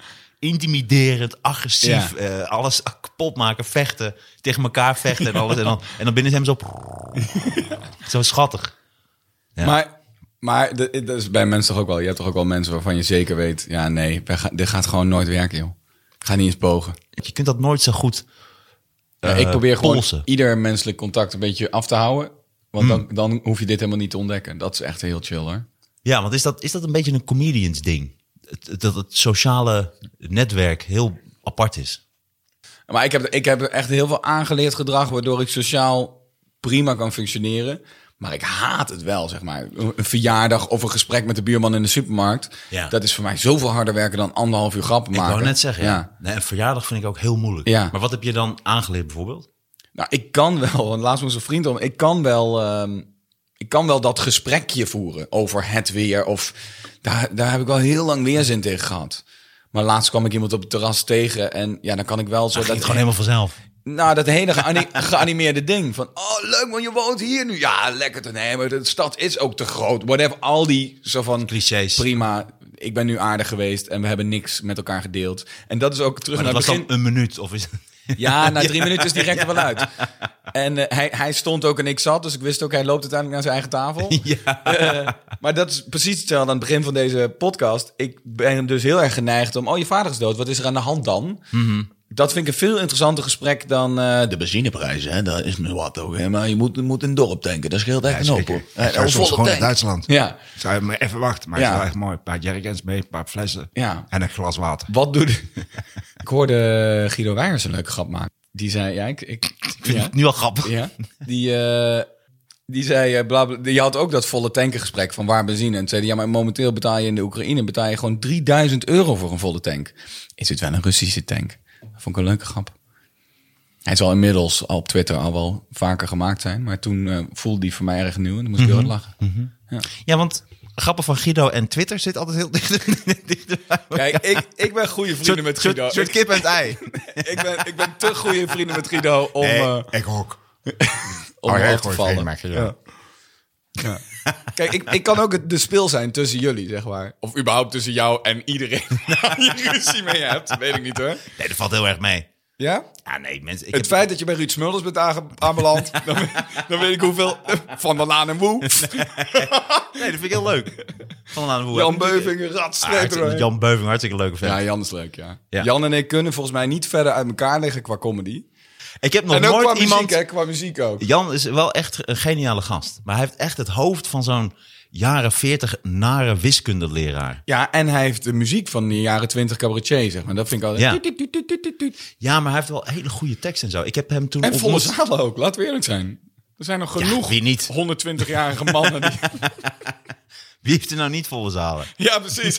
Speaker 3: intimiderend, agressief,
Speaker 2: Ja.
Speaker 3: eh, alles kapot maken, vechten, tegen elkaar vechten en alles. En dan, en dan binnen zijn ze
Speaker 2: *laughs*
Speaker 3: zo... zo schattig. Ja.
Speaker 2: Maar, maar de- dat is bij mensen toch ook wel. Je hebt toch ook wel mensen waarvan je zeker weet... Ja, nee, wij gaan- dit gaat gewoon nooit werken, joh. Ik ga niet eens pogen.
Speaker 3: Je kunt dat nooit zo goed...
Speaker 2: Ja,
Speaker 3: eh,
Speaker 2: ik probeer gewoon
Speaker 3: polsen. Hmm.
Speaker 2: ieder menselijk contact een beetje af te houden. Want dan, dan hoef je dit helemaal niet te ontdekken. Dat is echt heel chill, hoor.
Speaker 3: Ja, want is dat, is dat een beetje een comedians ding? Het- het- Dat het sociale netwerk heel apart is.
Speaker 2: Maar ik heb, ik heb echt heel veel aangeleerd gedrag... waardoor ik sociaal prima kan functioneren... Maar ik haat het wel, zeg maar. Een een verjaardag of een gesprek met de buurman in de supermarkt.
Speaker 3: Ja.
Speaker 2: Dat is voor mij zoveel harder werken dan anderhalf uur grappen maken.
Speaker 3: Ik wou net zeggen, ja.
Speaker 2: ja.
Speaker 3: Nee, een verjaardag vind ik ook heel moeilijk.
Speaker 2: Ja.
Speaker 3: Maar wat heb je dan aangeleerd bijvoorbeeld?
Speaker 2: Nou, ik kan wel, *laughs* want laatst moest een vriend om. Ik kan wel, ehm, ik kan wel dat gesprekje voeren over het weer. Of daar, daar heb ik wel heel lang weerzin tegen gehad. Maar laatst kwam ik iemand op het terras tegen. En ja, dan kan ik wel zo.
Speaker 3: Dat
Speaker 2: dat,
Speaker 3: ging het gewoon helemaal vanzelf.
Speaker 2: Nou, dat hele geani- *laughs* geanimeerde ding. Van, oh leuk man, je woont hier nu. Ja, lekker te nemen. De stad is ook te groot. Whatever, al die zo van...
Speaker 3: Clichés.
Speaker 2: Prima, ik ben nu aardig geweest. En we hebben niks met elkaar gedeeld. En dat is ook terug naar
Speaker 3: Maar dat
Speaker 2: het Nou,
Speaker 3: was
Speaker 2: begin.
Speaker 3: dan een minuut of is *laughs*
Speaker 2: Ja, *laughs* na drie minuten is direct er wel uit. En eh, hij, hij stond ook en ik zat, dus ik wist ook, hij loopt uiteindelijk naar zijn eigen tafel. *laughs*
Speaker 3: Ja.
Speaker 2: Eh, maar dat is precies hetzelfde aan het begin van deze podcast. Ik ben dus heel erg geneigd om, oh je vader is dood, wat is er aan de hand dan? Dat vind ik een veel interessanter gesprek dan eh, Mhm. de benzineprijs. Hè? Dat is me wat ook. Hè? Maar je moet, moet in het dorp denken. Dat scheelt echt een hoop. hoor. Eh,
Speaker 4: Ik ga
Speaker 2: een
Speaker 4: soms
Speaker 2: volle
Speaker 4: gewoon naar
Speaker 2: tank.
Speaker 4: Duitsland.
Speaker 2: Ja.
Speaker 4: Zou je maar even wachten, maar
Speaker 2: Ja.
Speaker 4: het is wel echt mooi. Een paar jerrycans mee, een paar flessen
Speaker 2: Ja.
Speaker 4: en een glas water.
Speaker 2: Wat doe je? *laughs* ik hoorde Guido Wijers een leuke grap maken. Die zei, ja, ik... ik,
Speaker 3: Ik vind
Speaker 2: ja.
Speaker 3: het nu al grappig.
Speaker 2: Ja. Die, eh, die zei, eh, bla, bla, die had ook dat volle tankengesprek van waar benzine. En toen zei hij, ja, maar momenteel betaal je in de Oekraïne betaal je gewoon 3000 euro voor een volle tank. Is het wel een Russische tank? Dat vond ik een leuke grap. Hij zal inmiddels al op Twitter al wel vaker gemaakt zijn. Maar toen eh, voelde die voor mij erg nieuw en toen moest ik heel hard lachen.
Speaker 3: Ja, want grappen van Guido en Twitter zit altijd heel dicht *laughs* dichterbij.
Speaker 2: Kijk, ik, ik ben goede vrienden met Guido.
Speaker 3: Soort, soort
Speaker 2: Ik,
Speaker 3: kip en het
Speaker 2: *laughs*
Speaker 3: ei.
Speaker 2: ik, ben, ik ben te goede vrienden met Guido om,
Speaker 4: Nee,
Speaker 2: eh,
Speaker 4: ik ook.
Speaker 2: om
Speaker 4: jij
Speaker 2: eruit te
Speaker 4: gooit
Speaker 2: vallen.
Speaker 4: geen merk, ja.
Speaker 2: *laughs* Kijk, ik, ik kan ook het- de spil zijn tussen jullie, zeg maar. Of überhaupt tussen jou en iedereen *laughs* waar je ruzie mee hebt. Weet ik niet hoor.
Speaker 3: Nee, dat valt heel erg mee.
Speaker 2: Ja?
Speaker 3: Ja, nee, mensen. Ik
Speaker 2: Het
Speaker 3: heb-
Speaker 2: feit dat je bij Ruud Smulders bent aange- *laughs* aanbeland, dan, weet- dan weet ik hoeveel. eh, Van der Laan en *laughs* Woe,
Speaker 3: Nee, dat vind ik heel leuk. Van aan de Woe.
Speaker 2: Jan Beuving, Radstreet.
Speaker 3: Ah, Jan Beuving, hartstikke leuke vent.
Speaker 2: Ja, Jan is leuk, ja.
Speaker 3: Ja.
Speaker 2: Jan en ik kunnen volgens mij niet verder uit elkaar liggen qua comedy.
Speaker 3: Ik heb nog
Speaker 2: En ook
Speaker 3: nooit
Speaker 2: qua muziek,
Speaker 3: iemand...
Speaker 2: hè, qua muziek ook.
Speaker 3: Jan is wel echt een geniale gast. Maar hij heeft echt het hoofd van zo'n jaren 40 nare wiskundeleraar.
Speaker 2: Ja, en hij heeft de muziek van de jaren 20 cabaretier, zeg maar. Dat vind ik altijd...
Speaker 3: Ja. Ja, maar hij heeft wel hele goede tekst en zo. Ik heb hem toen
Speaker 2: En volle
Speaker 3: ontmoet.
Speaker 2: zalen ook, laten we eerlijk zijn. Er zijn nog
Speaker 3: Ja,
Speaker 2: genoeg
Speaker 3: wie niet?
Speaker 2: 120-jarige mannen die...
Speaker 3: *laughs* Wie heeft er nou niet volle zalen?
Speaker 2: Ja, precies.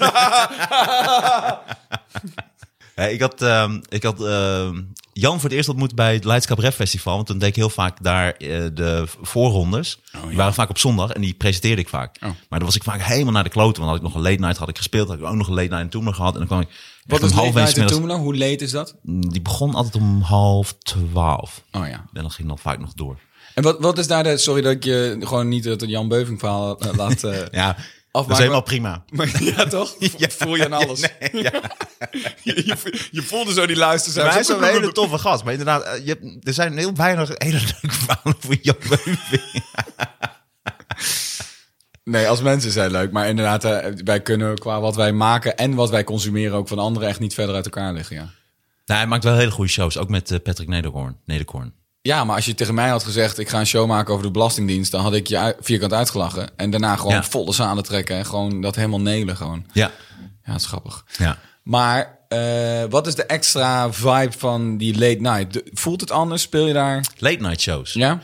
Speaker 3: Hè, ik had, ehm, ik had ehm, Jan voor het eerst ontmoet bij het Leids Cabaret Festival. Want toen deed ik heel vaak daar eh, de voorrondes.
Speaker 2: Oh,
Speaker 3: Die waren vaak op zondag en die presenteerde ik vaak. Maar dan was ik vaak helemaal naar de kloten. Want had ik nog een late night had ik gespeeld. Had ik ook nog een late night en toen gehad. En dan kwam ik
Speaker 2: Wat
Speaker 3: echt
Speaker 2: is
Speaker 3: om
Speaker 2: half
Speaker 3: half
Speaker 2: night in
Speaker 3: middags.
Speaker 2: Toemelo? Hoe leed is dat?
Speaker 3: Die begon altijd om half twaalf.
Speaker 2: Oh ja.
Speaker 3: En dan ging dan vaak nog door.
Speaker 2: En wat, wat is daar de... Sorry dat ik je gewoon niet het Jan Beuving verhaal eh, *laughs* laat... eh,
Speaker 3: Ja, dat is helemaal prima.
Speaker 2: maar, *laughs* ja, toch?
Speaker 3: *laughs* Ja.
Speaker 2: Voel je aan alles.
Speaker 3: Nee, ja.
Speaker 2: *laughs* je, je- je voelde zo die luister zijn.
Speaker 3: Maar hij is wel een hele toffe gast. Maar inderdaad, eh, je hebt- er zijn heel weinig *laughs* hele leuke verhalen voor *laughs* Jan Beuving.
Speaker 2: Nee, als mensen zijn leuk. Maar inderdaad, eh, wij kunnen qua wat wij maken en wat wij consumeren... ook van anderen echt niet verder uit elkaar liggen, ja.
Speaker 3: Nou, hij maakt wel hele goede shows. Ook met eh, Patrick Nederhoorn. Nederhoorn.
Speaker 2: Ja, maar als je tegen mij had gezegd... ik ga een show maken over de Belastingdienst... dan had ik je uit- vierkant uitgelachen. En daarna gewoon
Speaker 3: Ja.
Speaker 2: volle zalen trekken. En gewoon dat helemaal nelen gewoon.
Speaker 3: Ja.
Speaker 2: Ja, dat is grappig.
Speaker 3: ja.
Speaker 2: Maar eh, wat is de extra vibe van die late night? De- voelt het anders? Speel je daar?
Speaker 3: Late night shows.
Speaker 2: Ja?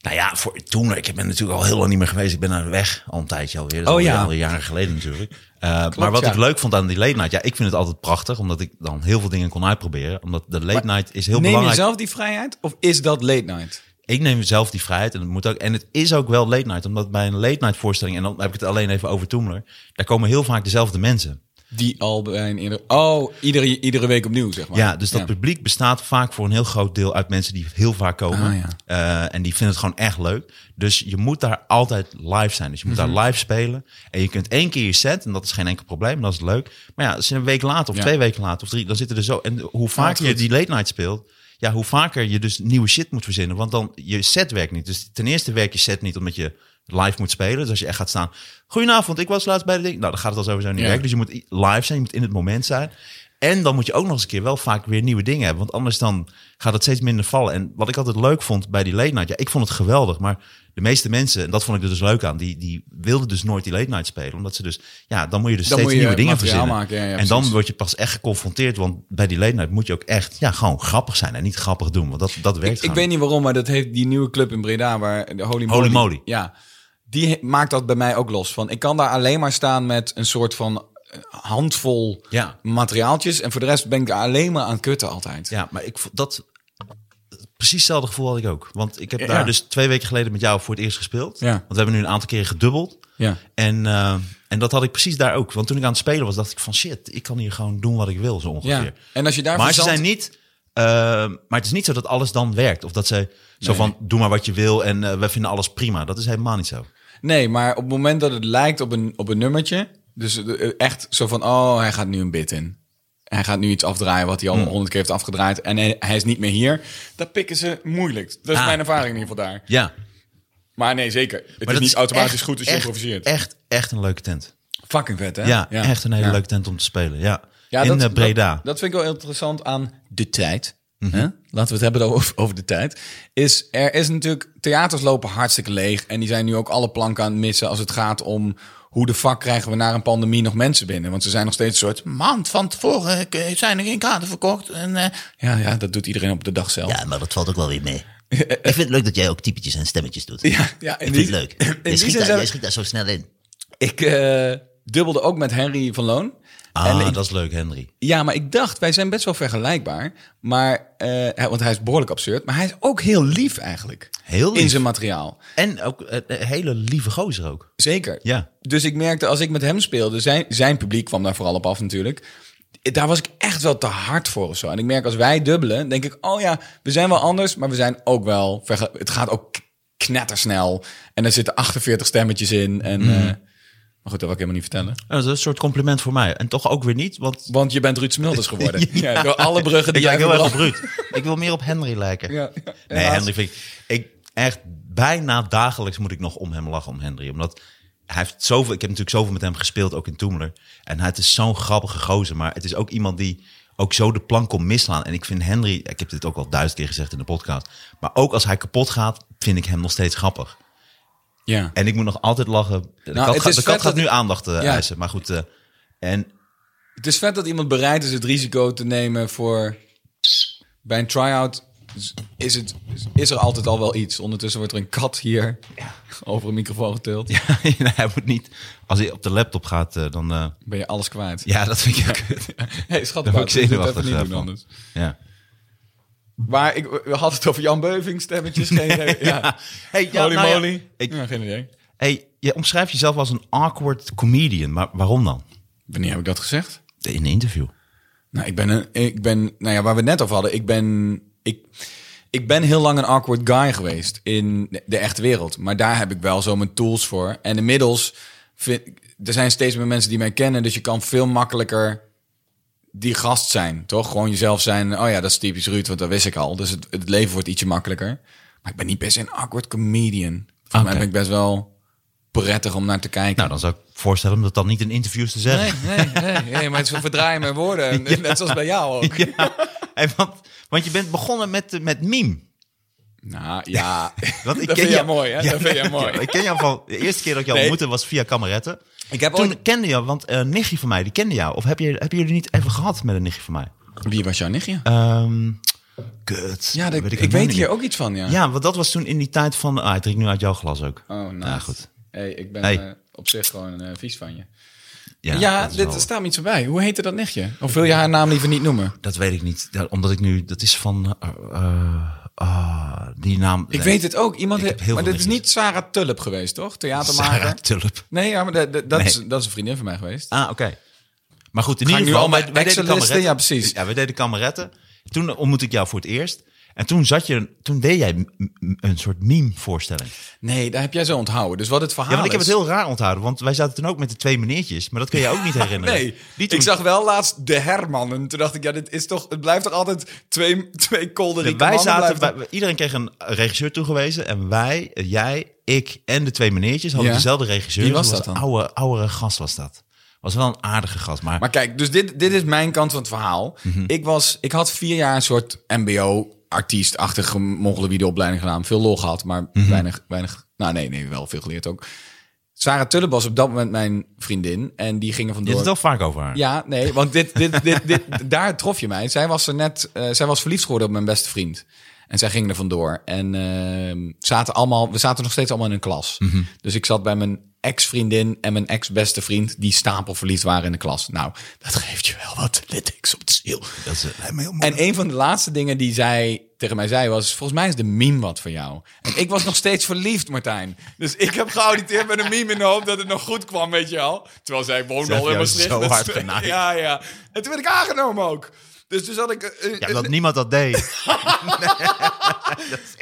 Speaker 3: Nou ja, voor, toen, ik ben natuurlijk al heel lang niet meer geweest. Ik ben aan de weg al een tijdje alweer. Dat is
Speaker 2: Oh
Speaker 3: alweer-
Speaker 2: ja.
Speaker 3: alweer jaren geleden natuurlijk.
Speaker 2: *laughs*
Speaker 3: Eh, maar wat
Speaker 2: ja.
Speaker 3: ik leuk vond aan die late night. Ja, ik vind het altijd prachtig. Omdat ik dan heel veel dingen kon uitproberen. Omdat de late night is heel
Speaker 2: Neem
Speaker 3: belangrijk.
Speaker 2: je zelf die vrijheid of is dat late night?
Speaker 3: ik neem zelf die vrijheid en het moet ook. En het is ook wel late night, omdat bij een late night voorstelling, en dan heb ik het alleen even over Toemler, daar komen heel vaak dezelfde mensen.
Speaker 2: Die al bijna eerder... Oh, iedere, iedere week opnieuw, zeg maar.
Speaker 3: Ja, dus dat publiek bestaat vaak voor een heel groot deel uit mensen die heel vaak komen.
Speaker 2: Ah, ja.
Speaker 3: Eh, en die vinden het gewoon echt leuk. Dus je moet daar altijd live zijn. Dus je moet
Speaker 2: Mhm.
Speaker 3: daar live spelen. En je kunt één keer je set, en dat is geen enkel probleem, dat is leuk. Maar ja, als je een week later of
Speaker 2: Ja.
Speaker 3: twee weken later of drie, dan zitten er zo. En hoe vaker je
Speaker 2: goed.
Speaker 3: die late night speelt, ja, hoe vaker je dus nieuwe shit moet verzinnen. Want dan, je set werkt niet. Dus ten eerste werkt je set niet omdat je live moet spelen. Dus als je echt gaat staan, goedenavond, ik was laatst bij de ding. Nou, dan gaat het al sowieso niet
Speaker 2: Ja.
Speaker 3: werken. Dus je moet i- live zijn, je moet in het moment zijn. En dan moet je ook nog eens een keer wel vaak weer nieuwe dingen hebben. Want anders dan gaat het steeds minder vallen. En wat ik altijd leuk vond bij die late night. Ja, ik vond het geweldig. Maar de meeste mensen, en dat vond ik er dus leuk aan. Die, die wilden dus nooit die late night spelen. Omdat ze dus, ja, dan moet je dus
Speaker 2: Dan
Speaker 3: steeds
Speaker 2: moet je
Speaker 3: nieuwe dingen
Speaker 2: materiaal
Speaker 3: verzinnen.
Speaker 2: maken, ja, ja,
Speaker 3: en dan
Speaker 2: precies.
Speaker 3: word je pas echt geconfronteerd. Want bij die late night moet je ook echt, ja, gewoon grappig zijn. En niet grappig doen. Want dat, dat werkt
Speaker 2: Ik, ik weet niet waarom, maar dat heeft die nieuwe club in Breda, waar de Holy,
Speaker 3: Holy Moly.
Speaker 2: Ja, die he- maakt dat bij mij ook los. Van, ik kan daar alleen maar staan met een soort van eh, handvol
Speaker 3: Ja.
Speaker 2: materiaaltjes. En voor de rest ben ik alleen maar aan het kutten altijd.
Speaker 3: Ja, maar ik vond dat precies hetzelfde gevoel had ik ook. Want ik heb
Speaker 2: Ja.
Speaker 3: daar dus twee weken geleden met jou voor het eerst gespeeld.
Speaker 2: Ja.
Speaker 3: Want we hebben nu een aantal keren gedubbeld.
Speaker 2: Ja.
Speaker 3: En, eh, en dat had ik precies daar ook. Want toen ik aan het spelen was, dacht ik van shit, ik kan hier gewoon doen wat ik wil, zo ongeveer.
Speaker 2: Ja. En als je daar
Speaker 3: maar
Speaker 2: verzandt-
Speaker 3: ze zijn niet. eh, maar het is niet zo dat alles dan werkt. Of dat ze zo van doe maar wat je wil en eh, we vinden alles prima. Dat is helemaal niet zo.
Speaker 2: Nee, maar op het moment dat het lijkt op een, op een nummertje. Dus eh, echt zo van, oh, hij gaat nu een bit in. Hij gaat nu iets afdraaien wat hij
Speaker 3: Hmm.
Speaker 2: al honderd keer heeft afgedraaid. En hij, hij is niet meer hier. Dat pikken ze moeilijk. Dat is
Speaker 3: Ah.
Speaker 2: mijn ervaring in ieder geval daar.
Speaker 3: Ja.
Speaker 2: Maar nee, zeker. Het
Speaker 3: Maar
Speaker 2: is
Speaker 3: dat
Speaker 2: niet automatisch
Speaker 3: echt-
Speaker 2: goed als je
Speaker 3: echt-
Speaker 2: improviseert.
Speaker 3: Echt, echt een leuke tent.
Speaker 2: Fucking vet, hè?
Speaker 3: Ja, echt een hele
Speaker 2: Ja.
Speaker 3: leuke tent om te spelen. Ja.
Speaker 2: Ja,
Speaker 3: In
Speaker 2: dat,
Speaker 3: eh, Breda.
Speaker 2: Dat, dat vind ik wel interessant aan de tijd.
Speaker 5: Mhm.
Speaker 2: Hè? Laten we het hebben over, over de tijd. Is, er is natuurlijk... Theaters lopen hartstikke leeg. En die zijn nu ook alle planken aan het missen als het gaat om... Hoe de fuck krijgen we na een pandemie nog mensen binnen? Want ze zijn nog steeds een soort... Maand van tevoren eh, zijn er geen kaarten verkocht. En, eh, ja, ja, dat doet iedereen op de dag zelf.
Speaker 5: Ja, maar dat valt ook wel
Speaker 2: *laughs*
Speaker 5: weer mee. ik vind het leuk dat jij ook typetjes en stemmetjes doet.
Speaker 2: Ja, ja, in
Speaker 5: ik vind
Speaker 2: die-
Speaker 5: het
Speaker 2: *laughs*
Speaker 5: leuk.
Speaker 2: *clears throat* in
Speaker 5: Jij
Speaker 2: die
Speaker 5: schiet,
Speaker 2: zin
Speaker 5: daar,
Speaker 2: zijn-
Speaker 5: jij schiet daar zo snel in.
Speaker 2: Ik eh, dubbelde ook met Henry van Loon.
Speaker 3: Ah,
Speaker 2: en ik-
Speaker 3: dat is leuk, Henry.
Speaker 2: Ja, maar ik dacht, wij zijn best wel vergelijkbaar. Maar, eh, hij- want hij is behoorlijk absurd. Maar hij is ook heel lief eigenlijk.
Speaker 3: Heel lief.
Speaker 2: In zijn materiaal.
Speaker 3: En ook eh, een hele lieve gozer ook.
Speaker 2: Zeker.
Speaker 3: Ja.
Speaker 2: Dus ik merkte, als ik met hem speelde, zijn, zijn publiek kwam daar vooral op af natuurlijk. Daar was ik echt wel te hard voor of zo. En ik merk, als wij dubbelen, denk ik, oh ja, we zijn wel anders, maar we zijn ook wel... verge- Het gaat ook k- knettersnel. En er zitten 48 stemmetjes in. En,
Speaker 3: Mhm.
Speaker 2: eh, maar goed, dat wil ik helemaal niet vertellen.
Speaker 3: Ja, dat is een soort compliment voor mij. En toch ook weer niet, want...
Speaker 2: Want je bent Ruud Smulders geworden.
Speaker 3: *laughs*
Speaker 2: ja. door alle bruggen die
Speaker 3: ik
Speaker 2: jij
Speaker 3: lijk heel erg op
Speaker 2: verbrandt.
Speaker 3: Ruud. Ik wil meer op Henry lijken.
Speaker 2: Ja, ja,
Speaker 3: nee,
Speaker 2: helaas.
Speaker 3: Henry vind ik... ik... Echt bijna dagelijks moet ik nog om hem lachen, om Henry. Omdat hij heeft zoveel... Ik heb natuurlijk zoveel met hem gespeeld, ook in Toemler. En hij het is zo'n grappige gozer. Maar het is ook iemand die ook zo de plank kon misslaan. En ik vind Henry... Ik heb dit ook al duizend keer gezegd in de podcast. Maar ook als hij kapot gaat, vind ik hem nog steeds grappig.
Speaker 2: Ja.
Speaker 3: En ik moet nog altijd lachen. De
Speaker 2: Nou,
Speaker 3: kat,
Speaker 2: het
Speaker 3: gaat,
Speaker 2: is
Speaker 3: de kat
Speaker 2: vet
Speaker 3: gaat
Speaker 2: dat-
Speaker 3: nu aandacht eh,
Speaker 2: Ja.
Speaker 3: eisen. Maar goed, eh, en
Speaker 2: Het is vet dat iemand bereid is het risico te nemen voor... Bij een try-out is, het, is er altijd al wel iets. Ondertussen wordt er een kat hier over een microfoon getild.
Speaker 3: *laughs* ja, hij moet niet... Als hij op de laptop gaat, eh, dan... eh,
Speaker 2: Ben je alles kwijt.
Speaker 3: ja, dat vind ik *laughs* ook...
Speaker 2: *laughs* Hey, schat,
Speaker 3: Daar word ik
Speaker 2: Wouter, doe het
Speaker 3: zenuwachtig
Speaker 2: even niet
Speaker 3: eh,
Speaker 2: doen
Speaker 3: van.
Speaker 2: anders.
Speaker 3: Ja.
Speaker 2: Maar ik, we hadden het over Jan Beuving, stemmetjes.
Speaker 3: *laughs*
Speaker 2: Geen, idee. ja.
Speaker 3: Hey, ja,
Speaker 2: Holy
Speaker 3: nou ja,
Speaker 2: moly.
Speaker 3: ik-
Speaker 2: Ja, geen idee.
Speaker 3: hey, je omschrijft jezelf als een awkward comedian. Maar waarom dan?
Speaker 2: Wanneer heb ik dat gezegd?
Speaker 3: In een interview.
Speaker 2: Nou, ik ben een, ik ben, nou ja, waar we het net over hadden, ik ben, ik, ik ben heel lang een awkward guy geweest in de- de echte wereld. Maar daar heb ik wel zo mijn tools voor. En inmiddels, vind, ik- er zijn steeds meer mensen die mij kennen, dus je kan veel makkelijker die gast zijn, toch? Gewoon jezelf zijn. Oh ja, dat is typisch Ruud, want dat wist ik al. Dus het, het leven wordt ietsje makkelijker. Maar ik ben niet best een awkward comedian. Volgens mij
Speaker 3: Oké.
Speaker 2: ben ik best wel prettig om naar te kijken.
Speaker 3: Nou, dan zou ik voorstellen om dat dan niet in interviews te zeggen.
Speaker 2: Nee, nee, nee, nee, maar het is verdraaien mijn *laughs* woorden. Net zoals bij jou ook.
Speaker 3: *laughs* Ja. Hey, want, want je bent begonnen met, eh, met meme.
Speaker 2: Nou ja,
Speaker 3: *laughs* Want ik
Speaker 2: dat vind
Speaker 3: ken
Speaker 2: jij
Speaker 3: jou-
Speaker 2: mooi, hè?
Speaker 3: Ja,
Speaker 2: dat vind jij mooi.
Speaker 3: *laughs* ja, ik ken jou van... De eerste keer dat ik jou
Speaker 2: Nee.
Speaker 3: ontmoette was via Kameretten.
Speaker 2: Ik heb
Speaker 3: Toen
Speaker 2: ooit-
Speaker 3: kende je, want eh, een nichtje van mij, die kende jou. Of heb je, hebben jullie niet even gehad met een nichtje van mij?
Speaker 2: Wie was jouw nichtje?
Speaker 3: Ehm kut.
Speaker 2: ja, dat-
Speaker 3: Dan
Speaker 2: ik,
Speaker 3: haar naam
Speaker 2: weet
Speaker 3: niet
Speaker 2: hier
Speaker 3: meer.
Speaker 2: ook iets van, ja.
Speaker 3: Ja, want dat was toen in die tijd van... Ah, ik drink nu uit jouw glas ook.
Speaker 2: Oh, nice.
Speaker 3: Ja, goed.
Speaker 2: Hey, ik ben
Speaker 3: Hey.
Speaker 2: eh, op zich gewoon eh, vies van je.
Speaker 3: Ja,
Speaker 2: Ja,
Speaker 3: dat is
Speaker 2: dit
Speaker 3: wel-
Speaker 2: staat me iets bij. Hoe heette dat nichtje? Of wil je haar naam liever niet noemen?
Speaker 3: Dat weet ik niet. Ja, omdat ik nu... Dat is van... eh, eh, ah, die naam...
Speaker 2: Ik weet het ook. Iemand
Speaker 3: Ik
Speaker 2: he-
Speaker 3: heb heel
Speaker 2: maar
Speaker 3: veel
Speaker 2: dit is
Speaker 3: nichtjes.
Speaker 2: niet Sarah Tulp
Speaker 3: *laughs*
Speaker 2: geweest, toch? Theatermaker.
Speaker 3: Sarah Tulp.
Speaker 2: Nee, ja, maar dat, dat, dat
Speaker 3: Nee.
Speaker 2: Is, dat is een vriendin van mij geweest.
Speaker 3: Ah, oké. Maar goed, in
Speaker 2: Ga ik
Speaker 3: ieder
Speaker 2: nu
Speaker 3: geval,
Speaker 2: al
Speaker 3: wij,
Speaker 2: mijn
Speaker 3: wij deden
Speaker 2: excelisten?
Speaker 3: kameretten.
Speaker 2: Ja, precies.
Speaker 3: Ja, we deden kameretten. Toen ontmoette ik jou voor het eerst. En toen zat je, toen deed jij m- m- een soort meme-voorstelling.
Speaker 2: Nee, daar heb jij zo onthouden. Dus wat het verhaal
Speaker 3: Ja, want ik heb
Speaker 2: is-
Speaker 3: het heel raar onthouden, want wij zaten toen ook met de twee meneertjes, maar dat kun je
Speaker 2: *laughs*
Speaker 3: ook niet herinneren.
Speaker 2: Nee,
Speaker 3: die toen,
Speaker 2: ik zag wel laatst de Herman. En toen dacht ik, ja, dit is toch, het blijft toch altijd twee, twee kolder die
Speaker 3: wij zaten, bij- iedereen kreeg een regisseur toegewezen en wij, eh, jij, ik en de twee meneertjes hadden
Speaker 2: Ja.
Speaker 3: dezelfde regisseur.
Speaker 2: Wie was
Speaker 3: Dus
Speaker 2: dat
Speaker 3: een
Speaker 2: dan?
Speaker 3: Oude, oudere gast was dat. Was wel een aardige gast, maar,
Speaker 2: Maar kijk, dus dit, dit is mijn kant van het verhaal. ik, was, ik had vier jaar een soort mbo-artiestachtige mongoloïde opleiding gedaan. Veel lol gehad, maar weinig, weinig... Nou nee, nee, wel veel geleerd ook. Sarah Tullen was op dat moment mijn vriendin. En die gingen
Speaker 3: je
Speaker 2: vandoor...
Speaker 3: hebt het wel vaak over haar.
Speaker 2: Ja, nee, want dit, dit, dit, dit, daar trof je mij. Zij was, er net, eh, zij was verliefd geworden op mijn beste vriend. En zij ging er vandoor. En ehm, zaten allemaal, we zaten nog steeds allemaal in een klas. Dus ik zat bij mijn ex-vriendin en mijn ex-beste vriend... die stapel verliefd waren in de klas. Nou, dat geeft je wel wat littekens op de ziel.
Speaker 3: Dat is, eh, lijkt me heel mooi.
Speaker 2: En een van de laatste dingen die zij tegen mij zei was... volgens mij is de meme wat voor jou. En ik was nog steeds verliefd, Martijn. Dus ik heb geauditeerd met een meme in de hoop dat het nog goed kwam, weet je al. Terwijl zij woonde
Speaker 3: Ze heeft
Speaker 2: al in
Speaker 3: jou
Speaker 2: Maastricht.
Speaker 3: zo
Speaker 2: Dat *laughs*
Speaker 3: hard
Speaker 2: is-
Speaker 3: genaaid.
Speaker 2: Ja, ja. En toen werd ik aangenomen ook. Dus toen zat ik... eh, eh,
Speaker 3: ja, dat niemand
Speaker 2: *laughs*
Speaker 3: dat deed.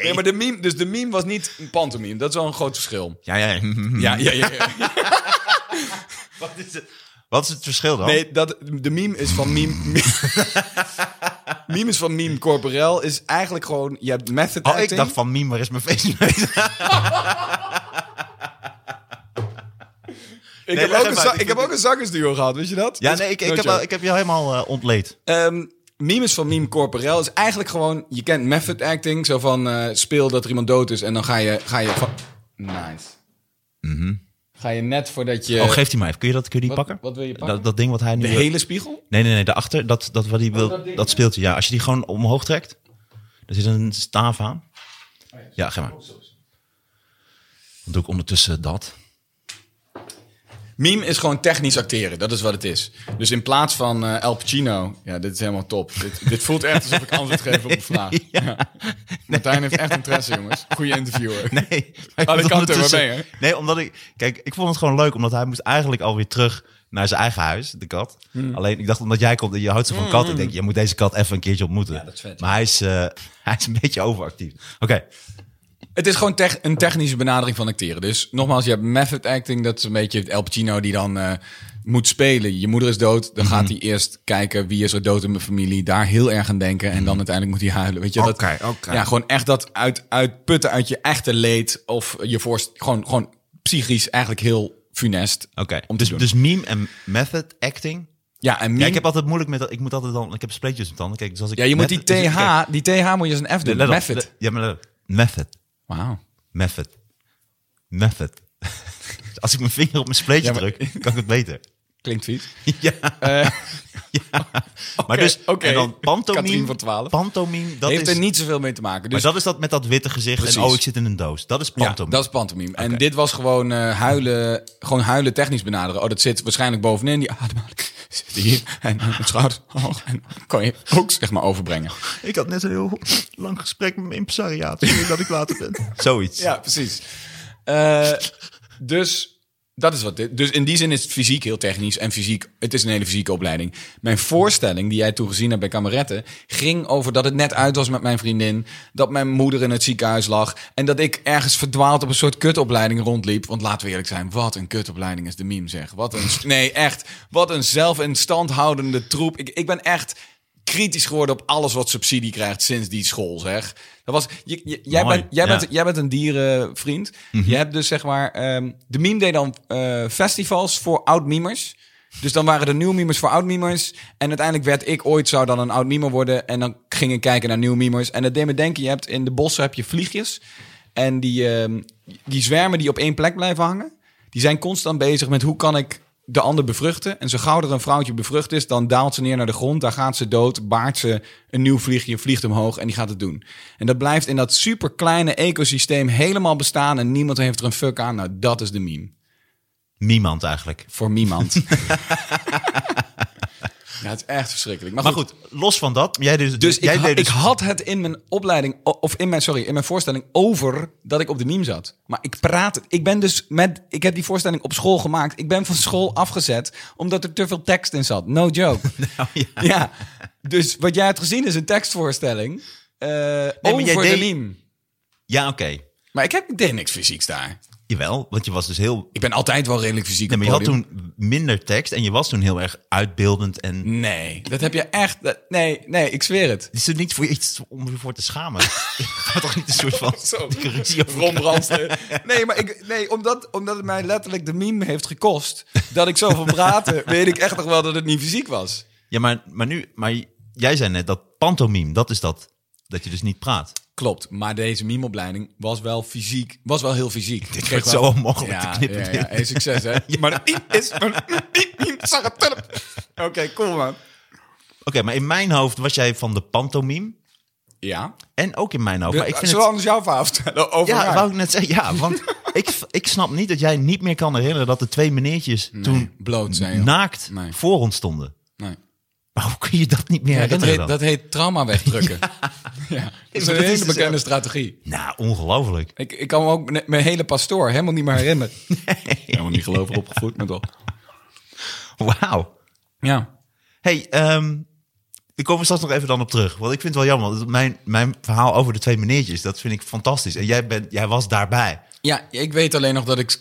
Speaker 2: nee, maar de meme, dus de meme was niet een pantomime. Dat is wel een groot verschil.
Speaker 3: Ja, ja. *laughs*
Speaker 2: Ja, ja, ja. ja.
Speaker 3: Wat is het, wat is het verschil dan?
Speaker 2: *laughs* Nee, dat, de meme is van meme... *laughs* meme is van meme corporel. Is eigenlijk gewoon... Je hebt method
Speaker 3: Oh, ik
Speaker 2: acting.
Speaker 3: dacht van meme, waar is mijn feestje
Speaker 2: *laughs*
Speaker 3: mee?
Speaker 2: Ik,
Speaker 3: Nee,
Speaker 2: heb,
Speaker 3: leg
Speaker 2: ook
Speaker 3: hem
Speaker 2: een,
Speaker 3: uit.
Speaker 2: za- ik heb ook een zangersduo gehad, weet je dat?
Speaker 3: Ja,
Speaker 2: Dat is
Speaker 3: nee, ik, ik,
Speaker 2: nooit
Speaker 3: heb,
Speaker 2: zo.
Speaker 3: wel- ik heb je helemaal eh, ontleed.
Speaker 2: Ehm meme is van meme corporel is eigenlijk gewoon... Je kent method acting, zo van eh, speel dat er iemand dood is en dan ga je... Ga je van, nice. Ga je net voordat je...
Speaker 3: Mhm. oh, geef die maar even. Kun je, dat, kun je die
Speaker 2: wat-
Speaker 3: pakken?
Speaker 2: wat wil je pakken?
Speaker 3: Dat, dat ding wat hij nu...
Speaker 2: de
Speaker 3: wil-
Speaker 2: hele spiegel?
Speaker 3: Nee, nee, nee, daarachter. Dat, dat, wat hij wil,
Speaker 2: Oh, dat ding,
Speaker 3: dat speelt hij. Ja, als je die gewoon omhoog trekt, er zit een staaf
Speaker 2: Oh,
Speaker 3: aan. Ja, ga maar. Dan doe ik ondertussen
Speaker 2: *laughs*
Speaker 3: dat.
Speaker 2: Meme is gewoon technisch acteren, dat is wat het is. Dus in plaats van eh Al Pacino... Ja, dit is helemaal top. dit, dit voelt echt alsof ik antwoord geef
Speaker 3: *laughs*
Speaker 2: op een vraag. Ja. Martijn heeft echt interesse, jongens. Goeie interviewer.
Speaker 3: Nee, maar ik
Speaker 2: kan
Speaker 3: moet
Speaker 2: toch, waar
Speaker 3: ondertussen-
Speaker 2: ben je?
Speaker 3: Nee, omdat ik... Kijk, ik vond het gewoon leuk, omdat hij moest eigenlijk alweer terug naar zijn eigen huis, de kat.
Speaker 2: Hmm.
Speaker 3: Alleen, ik dacht, omdat jij komt en je houdt zo van kat. Ik denk, je moet deze kat even een keertje ontmoeten.
Speaker 2: dat is vet.
Speaker 3: maar hij is, eh, *laughs* hij is een beetje overactief. Oké,
Speaker 2: Het is gewoon tech- een technische benadering van acteren. Dus nogmaals, je hebt method acting. Dat is een beetje het El Pacino die dan eh, moet spelen. Je moeder is dood. Dan
Speaker 3: Mhm.
Speaker 2: gaat hij eerst kijken wie is er dood in mijn familie. Daar heel erg aan denken.
Speaker 3: Mhm.
Speaker 2: En dan uiteindelijk moet hij huilen. Weet je,
Speaker 4: Oké,
Speaker 2: dat,
Speaker 4: oké.
Speaker 2: Ja, gewoon echt dat uit, uitputten uit je echte leed. Of je voorst, gewoon, gewoon psychisch eigenlijk heel funest.
Speaker 3: oké.
Speaker 2: Om te
Speaker 3: Dus,
Speaker 2: doen.
Speaker 3: dus meme en method acting...
Speaker 2: Ja, en
Speaker 3: Ja,
Speaker 2: meme-
Speaker 3: ik heb altijd moeilijk met dat. Ik moet altijd dan. Ik heb spleetjes op tanden. Kijk, dus als ik
Speaker 2: Hm? ja, je moet
Speaker 3: met-
Speaker 2: die
Speaker 3: dus ik- kijk,
Speaker 2: TH, die TH moet je als een F doen.
Speaker 3: let op,
Speaker 2: method.
Speaker 3: le- Ja, maar let op. method,
Speaker 2: Wauw.
Speaker 3: method, method. *laughs* als ik mijn vinger op mijn spleetje
Speaker 2: Ja, maar-
Speaker 3: druk, kan ik het beter.
Speaker 2: *laughs* Klinkt vies.
Speaker 3: *laughs* ja.
Speaker 2: *laughs*
Speaker 3: Maar dus
Speaker 2: oké.
Speaker 3: en dan pantomime.
Speaker 2: Katrien van 12.
Speaker 3: Pantomime. Dat
Speaker 2: Heeft
Speaker 3: is.
Speaker 2: er niet zoveel mee te maken.
Speaker 3: Maar
Speaker 2: Dus
Speaker 3: dat is dat met dat witte gezicht en
Speaker 2: Precies.
Speaker 3: oh, ik zit in een doos. Dat is pantomime.
Speaker 2: Ja, dat is pantomime. En dit was gewoon eh, huilen, gewoon huilen technisch benaderen. Oh, dat zit waarschijnlijk bovenin. Die ademhaling *laughs* zit hier en het schouder hoog. En kan je ook zeg maar overbrengen.
Speaker 3: Ik had net een heel lang gesprek met mijn impresariaat. Sorry dat ik later ben. *laughs* Zoiets.
Speaker 2: Ja, precies. Eh, dus dat is wat dit. Dus in die zin is het fysiek heel technisch en fysiek. Het is een hele fysieke opleiding. Mijn voorstelling die jij toen gezien hebt bij Kameretten ging over dat het net uit was met mijn vriendin, dat mijn moeder in het ziekenhuis lag en dat ik ergens verdwaald op een soort kutopleiding rondliep. Want laten we eerlijk zijn, wat een kutopleiding is de meme zeg. Wat een
Speaker 3: *laughs*
Speaker 2: nee echt, wat een zelf in stand houdende troep. Ik, ik ben echt kritisch geworden op alles wat subsidie krijgt sinds die school zeg. Dat was, je, je- jij,
Speaker 3: Mooi,
Speaker 2: bent, jij,
Speaker 3: ja.
Speaker 2: bent, jij bent een dierenvriend. Je hebt dus zeg maar... ehm, de meme deed dan eh, festivals voor oud-memers. Dus dan waren er nieuw memers voor oud-memers. En uiteindelijk werd ik ooit zou dan een oud-memer worden. En dan ging ik kijken naar nieuw memers. En dat deed me denken, je hebt in de bossen heb je vliegjes. En die, ehm, die zwermen die op één plek blijven hangen... die zijn constant bezig met hoe kan ik de ander bevruchten. En zo gauw er een vrouwtje bevrucht is, dan daalt ze neer naar de grond. Daar gaat ze dood, baart ze een nieuw vliegje, vliegt omhoog en die gaat het doen. En dat blijft in dat superkleine ecosysteem helemaal bestaan en niemand heeft er een fuck aan. Nou, dat is de meme. *laughs*
Speaker 3: Niemand eigenlijk.
Speaker 2: Voor niemand. Ja, het is echt verschrikkelijk. Maar,
Speaker 3: Maar
Speaker 2: goed.
Speaker 3: goed, los van dat. Jij dus,
Speaker 2: Dus,
Speaker 3: jij
Speaker 2: ik, ha-
Speaker 3: deed dus
Speaker 2: ik had het in mijn opleiding, o- of in mijn, sorry, in mijn voorstelling over dat ik op de meme zat. Maar ik praat, het- ik ben dus met, ik heb die voorstelling op school gemaakt. Ik ben van school afgezet omdat er te veel tekst in zat. No
Speaker 3: *laughs*
Speaker 2: joke.
Speaker 3: Nou
Speaker 2: ja. Dus wat jij hebt gezien is een tekstvoorstelling eh over
Speaker 3: jij
Speaker 2: de
Speaker 3: deed-
Speaker 2: meme.
Speaker 3: Ja, oké.
Speaker 2: Maar ik, heb, ik deed niks fysieks daar.
Speaker 3: Jawel, want je was dus heel...
Speaker 2: Ik ben altijd wel redelijk fysiek
Speaker 3: Nee,
Speaker 2: op
Speaker 3: maar je had
Speaker 2: het podium.
Speaker 3: toen minder tekst en je was toen heel erg uitbeeldend. En
Speaker 2: Mm. Nee, dat heb je echt... dat- nee, nee, ik zweer het.
Speaker 3: is het niet voor je iets om je voor te
Speaker 2: *laughs*
Speaker 3: schamen? Je had toch niet een soort van...
Speaker 2: Zo,
Speaker 3: ruzie over
Speaker 2: Ron Brandster. Nee, maar ik, nee, omdat, omdat het mij letterlijk de meme heeft gekost... dat ik zoveel
Speaker 3: *laughs*
Speaker 2: praatte, weet ik echt nog wel dat het niet fysiek was.
Speaker 3: Ja, maar, maar nu... Maar jij zei net dat pantomime, dat is dat. Dat je dus niet praat.
Speaker 2: Klopt, maar deze memeopleiding was wel fysiek, was wel heel fysiek. Dit
Speaker 3: wordt zo onmogelijk te knippen,
Speaker 2: Ja,
Speaker 3: dit.
Speaker 2: ja, hey, succes
Speaker 3: *laughs*
Speaker 2: hè. Maar dat meme is een meme, zag het tulp. Oké, cool man.
Speaker 3: Oké, maar in mijn hoofd was jij van de pantomime.
Speaker 2: Ja,
Speaker 3: En ook in mijn hoofd. Maar ik vind
Speaker 2: zullen we
Speaker 3: het...
Speaker 2: anders jouw verhaal vertellen over
Speaker 3: Ja,
Speaker 2: haar?
Speaker 3: wou ik net zeggen.
Speaker 2: *laughs*
Speaker 3: Ja, want ik, ik snap niet dat jij niet meer kan herinneren dat de twee meneertjes toen
Speaker 2: bloot zijn, joh.
Speaker 3: naakt
Speaker 2: Nee.
Speaker 3: voor ons stonden.
Speaker 2: Nee.
Speaker 3: Maar hoe kun je dat niet meer
Speaker 2: Ja, dat,
Speaker 3: herinneren
Speaker 2: heet,
Speaker 3: dan?
Speaker 2: dat heet trauma wegdrukken.
Speaker 3: *laughs*
Speaker 2: ja. Dat is een
Speaker 3: dat is
Speaker 2: hele
Speaker 3: dus
Speaker 2: bekende
Speaker 3: ook-
Speaker 2: strategie.
Speaker 3: Nou, ongelooflijk.
Speaker 2: Ik, ik kan me ook ne- mijn hele pastoor helemaal niet meer herinneren. Helemaal niet gelovig opgevoed, maar toch.
Speaker 3: Wauw.
Speaker 2: Ja.
Speaker 3: Hey, ehm ik kom er straks nog even dan op terug. Want ik vind het wel jammer. want Mijn, mijn verhaal over de twee meneertjes, dat vind ik fantastisch. En jij, bent, jij was daarbij.
Speaker 2: ja, ik weet alleen nog dat ik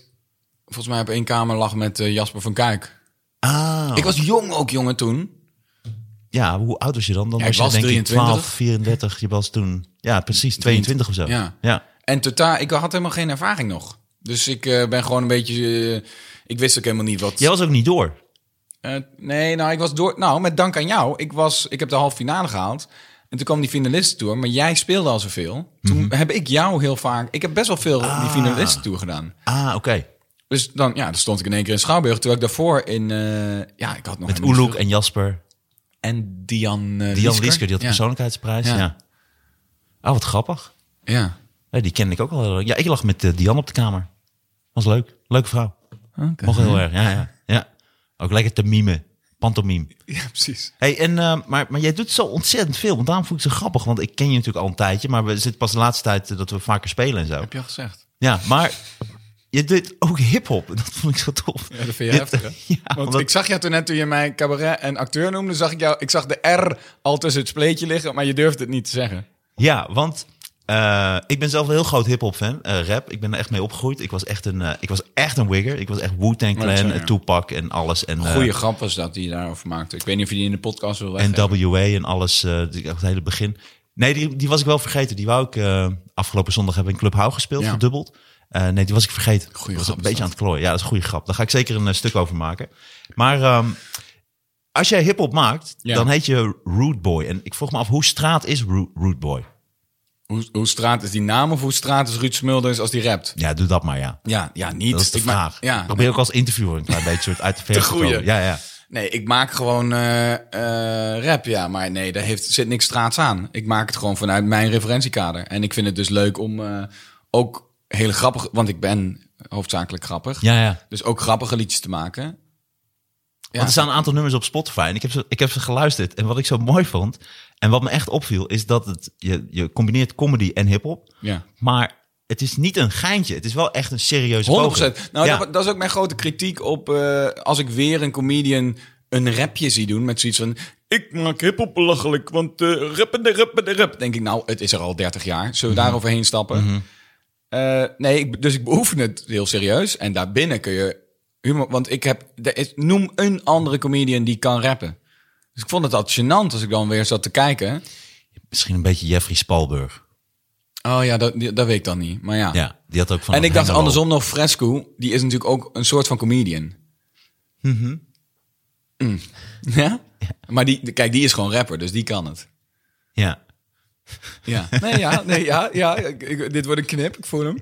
Speaker 2: volgens mij op één kamer lag met eh, Jasper van Kuik.
Speaker 3: Ah.
Speaker 2: Ik was jong ook jongen toen.
Speaker 3: Ja, hoe oud was je dan? Dan
Speaker 2: Ja,
Speaker 3: was
Speaker 2: ik
Speaker 3: je
Speaker 2: was
Speaker 3: denk
Speaker 2: 23.
Speaker 3: ik 12, 34. Je was toen, ja, precies 22 of zo.
Speaker 2: Ja.
Speaker 3: ja.
Speaker 2: En totaal, ik had helemaal geen ervaring nog. Dus ik eh, ben gewoon een beetje... eh, ik wist ook helemaal niet wat...
Speaker 3: Jij was ook niet door.
Speaker 2: Eh, nee, nou, ik was door. Nou, met dank aan jou. Ik, was, ik heb de halve finale gehaald. En toen kwam die finalistentour. Maar jij speelde al zoveel. Toen heb ik jou heel vaak. Ik heb best wel veel die finalistentour gedaan.
Speaker 3: Ah, oké.
Speaker 2: Dus dan, ja, dan stond ik in één keer in Schouwburg. Terwijl ik daarvoor in. eh, ja, ik had nog.
Speaker 3: Met
Speaker 2: helemaal niet
Speaker 3: Oeloek
Speaker 2: veel-
Speaker 3: en Jasper.
Speaker 2: En Dian. eh
Speaker 3: Dian Liesker, die had de
Speaker 2: ja.
Speaker 3: persoonlijkheidsprijs.
Speaker 2: Ja.
Speaker 3: Ja. Ah, wat grappig.
Speaker 2: Ja.
Speaker 3: Ja, die kende ik ook al. heel erg. Ja, ik lag met eh, Dian op de kamer. Was leuk. Leuke vrouw.
Speaker 2: Oké.
Speaker 3: Mocht heel erg. Ja, ja, ja. Ook lekker te mimen. Pantomime.
Speaker 2: ja, precies.
Speaker 3: Hey, en, eh, maar, maar jij doet zo ontzettend veel. Want daarom vond ik het zo grappig. Want ik ken je natuurlijk al een tijdje. Maar we zitten pas de laatste tijd eh, dat we vaker spelen en zo.
Speaker 2: Heb je al gezegd?
Speaker 3: Ja, maar je deed ook hip-hop. *laughs* Dat vond ik zo tof.
Speaker 2: Ja, dat vind je
Speaker 3: Dit-
Speaker 2: heftig, hè?
Speaker 3: *laughs* Ja,
Speaker 2: Want
Speaker 3: omdat-
Speaker 2: ik zag jou toen net toen je mij cabaret en acteur noemde, zag ik jou, ik zag de R al tussen het spleetje liggen, maar je durfde het niet te zeggen.
Speaker 3: Ja, want eh, ik ben zelf een heel groot hip-hop fan, eh, rap. Ik ben er echt mee opgegroeid. Ik was echt een, eh, ik was echt een wigger. Ik was echt Wu-Tang
Speaker 2: dat
Speaker 3: Clan,
Speaker 2: zijn,
Speaker 3: eh,
Speaker 2: ja.
Speaker 3: Tupac en alles. En, eh,
Speaker 2: Goeie grap was dat die je daarover maakte. Ik weet niet of je die in de podcast wil
Speaker 3: en
Speaker 2: weggeven.
Speaker 3: WA en alles. eh, die- het hele begin. Nee, die, die was ik wel vergeten. Die wou ik eh, afgelopen zondag hebben in Club Hou gespeeld,
Speaker 2: Ja.
Speaker 3: verdubbeld. Eh, nee, die was ik vergeten.
Speaker 2: Goeie
Speaker 3: Ik was
Speaker 2: grap
Speaker 3: een
Speaker 2: is
Speaker 3: beetje
Speaker 2: dat.
Speaker 3: aan het klooien. Ja, dat is een goede grap. Daar ga ik zeker een eh, stuk over maken. Maar ehm, als jij hip-hop maakt,
Speaker 2: Ja.
Speaker 3: dan heet je Rude Boy. En ik vroeg me af, hoe straat is Ru- Rude Boy?
Speaker 2: Hoe, hoe straat is die naam of hoe straat is Ruud Smulders als die rapt?
Speaker 3: Ja, doe dat maar, ja.
Speaker 2: Ja, ja niet.
Speaker 3: Dat is de
Speaker 2: ik
Speaker 3: vraag.
Speaker 2: Maak, ja,
Speaker 3: Ik probeer ook als interviewer een klein beetje soort
Speaker 2: *laughs*
Speaker 3: uit de verf te
Speaker 2: groeien.
Speaker 3: komen. Ja, ja.
Speaker 2: nee, ik maak gewoon eh, eh, rap, ja. Maar nee, daar heeft, zit niks straats aan. Ik maak het gewoon vanuit mijn referentiekader. En ik vind het dus leuk om eh, ook hele grappig... Want ik ben hoofdzakelijk grappig.
Speaker 3: ja, ja.
Speaker 2: Dus ook grappige liedjes te maken. Ja.
Speaker 3: Want er staan een aantal nummers op Spotify en ik heb, ze, ik heb ze geluisterd. En wat ik zo mooi vond en wat me echt opviel, is dat het, je, je combineert comedy en hip-hop.
Speaker 2: Ja.
Speaker 3: Maar het is niet een geintje. Het is wel echt een serieuze
Speaker 2: 100%. Nou,
Speaker 3: ja.
Speaker 2: dat, dat is ook mijn grote kritiek op eh, als ik weer een comedian een rapje zie doen met zoiets van. Ik maak hiphop belachelijk, want eh rappen de rappen de rap. Denk ik, nou, het is er al 30 jaar. Zullen we daar overheen stappen? Eh, nee, ik, dus ik beoefen het heel serieus. En daarbinnen kun je humor. Want ik heb. Er is, noem een andere comedian die kan rappen. Dus ik vond het altijd gênant als ik dan weer zat te kijken.
Speaker 3: Misschien een beetje Jeffrey Spalburg.
Speaker 2: Oh ja, dat, die- dat weet ik dan niet. Maar ja.
Speaker 3: Ja, die had ook van
Speaker 2: En ik dacht
Speaker 3: Hengelo.
Speaker 2: andersom nog, Fresco, die is natuurlijk ook een soort van comedian. Mm. Mm-hmm. Ja? Maar die, kijk, die is gewoon rapper, dus die kan het.
Speaker 3: Ja.
Speaker 2: Ja. *laughs* Nee, ja, nee, ja, ja. Ik, ik- dit wordt een knip, ik voel hem.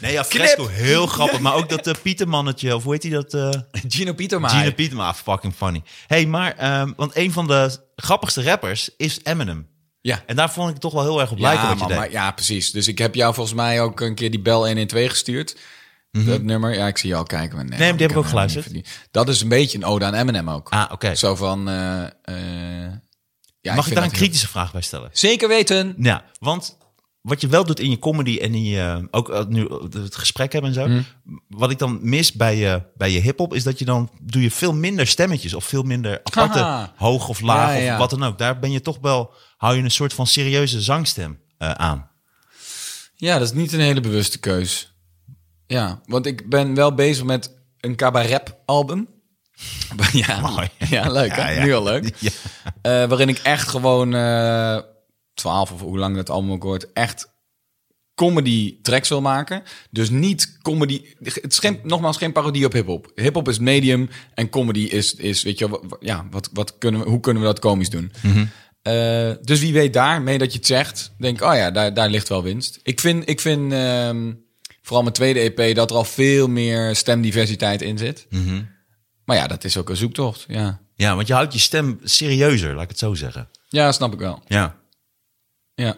Speaker 3: Nee, ja, Fresco, heel grappig. Maar ook dat eh, Pietermannetje, of hoe heet hij dat? eh,
Speaker 2: *laughs* Gino Pieterma.
Speaker 3: Gina Pieterma, fucking funny. hey, maar, ehm, want een van de grappigste rappers is Eminem.
Speaker 2: Ja.
Speaker 3: En daar vond ik het toch wel heel erg op
Speaker 2: Ja,
Speaker 3: lijken wat je
Speaker 2: man,
Speaker 3: deed.
Speaker 2: maar- ja, precies. Dus ik heb jou volgens mij ook een keer die bel 112 gestuurd. Dat nummer, ja, ik zie je al kijken. maar Nee,
Speaker 3: Nee, maar die
Speaker 2: ik
Speaker 3: heb ik ook
Speaker 2: hem helemaal
Speaker 3: geluisterd.
Speaker 2: niet verdien. Dat is een beetje een ode aan Eminem ook.
Speaker 3: Ah, oké.
Speaker 2: Zo van... eh, eh, ja,
Speaker 3: Mag
Speaker 2: vind
Speaker 3: ik, daar een
Speaker 2: dat heel-
Speaker 3: kritische vraag bij stellen?
Speaker 2: Zeker weten!
Speaker 3: Ja, want wat je wel doet in je comedy en in je, ook eh, nu het gesprek hebben en zo.
Speaker 2: Mhm.
Speaker 3: Wat ik dan mis bij je, bij je hip-hop is dat je dan doe je veel minder stemmetjes of veel minder aparte
Speaker 2: Haha.
Speaker 3: hoog of laag
Speaker 2: Ja, ja.
Speaker 3: of wat dan ook. Daar ben je toch wel, hou je een soort van serieuze zangstem
Speaker 2: *laughs*
Speaker 3: eh, aan.
Speaker 2: Ja, dat is niet een hele bewuste keus. Ja, want ik ben wel bezig met een cabaret-album. *laughs* ja,
Speaker 3: Mooi.
Speaker 2: ja, leuk hè?
Speaker 3: Ja, ja.
Speaker 2: Nu al leuk.
Speaker 3: Ja.
Speaker 2: Eh, waarin ik echt gewoon, eh 12 of hoe lang dat allemaal ook wordt, echt comedy tracks wil maken. Dus niet comedy. Het is geen, nogmaals geen parodie op hip-hop. Hip-hop is medium en comedy is, is weet je, wel, wa- ja, wat, wat kunnen we, hoe kunnen we dat komisch doen? Eh, dus wie weet daarmee dat je het zegt, denk oh ja, daar, daar ligt wel winst. Ik vind, ik vind ehm, vooral mijn tweede EP dat er al veel meer stemdiversiteit in zit. Maar ja, dat is ook een zoektocht. Ja,
Speaker 3: Ja, want je houdt je stem serieuzer, laat ik het zo zeggen.
Speaker 2: ja snap ik wel.
Speaker 3: Ja.
Speaker 2: Ja.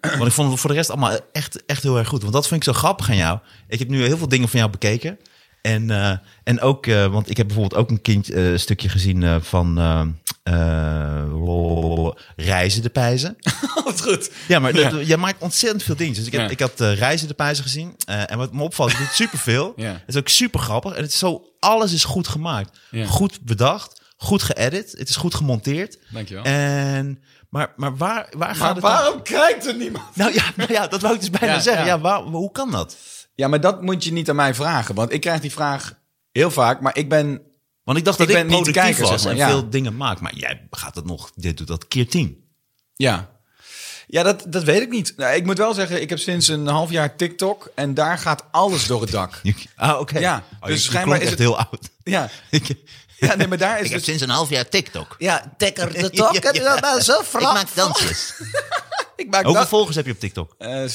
Speaker 3: Want ik vond het voor de rest allemaal echt, echt heel erg goed. Want dat vind ik zo grappig aan jou. Ik heb nu heel veel dingen van jou bekeken. En, eh, en ook, eh, want ik heb bijvoorbeeld ook een kind, eh, stukje gezien eh, van eh, eh, lol, Reizen de Pijzen.
Speaker 2: Wat goed.
Speaker 3: Ja, maar dat- jij maakt ontzettend veel dingen. Dus ik, heb,
Speaker 2: Ja.
Speaker 3: ik had eh, Reizen de Pijzen gezien. eh, en wat me opvalt, je doet superveel.
Speaker 2: Ja.
Speaker 3: Het is ook super grappig. En het is zo, alles is goed gemaakt.
Speaker 2: Ja.
Speaker 3: Goed bedacht. Goed geëdit. Het is goed gemonteerd.
Speaker 2: Dankjewel.
Speaker 3: En, maar, maar waar, waar gaat het dan-
Speaker 2: waarom kijkt er niemand?
Speaker 3: nou ja, nou ja, dat wou ik dus bijna
Speaker 2: Ja,
Speaker 3: zeggen.
Speaker 2: ja.
Speaker 3: Ja. waar- hoe kan dat?
Speaker 2: Ja, maar dat moet je niet aan mij vragen. Want ik krijg die vraag heel vaak. Maar ik ben...
Speaker 3: Want ik dacht dat
Speaker 2: Ik
Speaker 3: ik,
Speaker 2: ben niet de
Speaker 3: productief
Speaker 2: kijker,
Speaker 3: was
Speaker 2: zeg maar,
Speaker 3: en
Speaker 2: ja.
Speaker 3: veel dingen maak. Maar jij gaat het nog, dit doet dat keer tien. *laughs*
Speaker 2: Ja, ja dat, dat weet ik niet. Nou, ik moet wel zeggen, ik heb sinds een half jaar TikTok. En daar gaat alles door het dak.
Speaker 3: Ah, oké.
Speaker 2: Ja,
Speaker 3: Oh, je-
Speaker 2: dus
Speaker 3: je
Speaker 2: schijnbaar
Speaker 3: klonk
Speaker 2: is het-
Speaker 3: echt heel oud. *laughs*
Speaker 2: Ja,
Speaker 3: Ik-
Speaker 2: ja nee, maar daar is
Speaker 5: Ik
Speaker 2: het...
Speaker 5: heb
Speaker 2: dus-
Speaker 5: sinds een half jaar TikTok.
Speaker 2: Ja,
Speaker 5: Tekker
Speaker 3: *laughs*
Speaker 5: de tok,
Speaker 3: heb je dat
Speaker 5: nou zo Ik maak
Speaker 2: *laughs*
Speaker 5: dansjes.
Speaker 2: ik maak
Speaker 3: Hoeveel
Speaker 2: dat...
Speaker 3: volgers heb je op TikTok?
Speaker 2: Eh,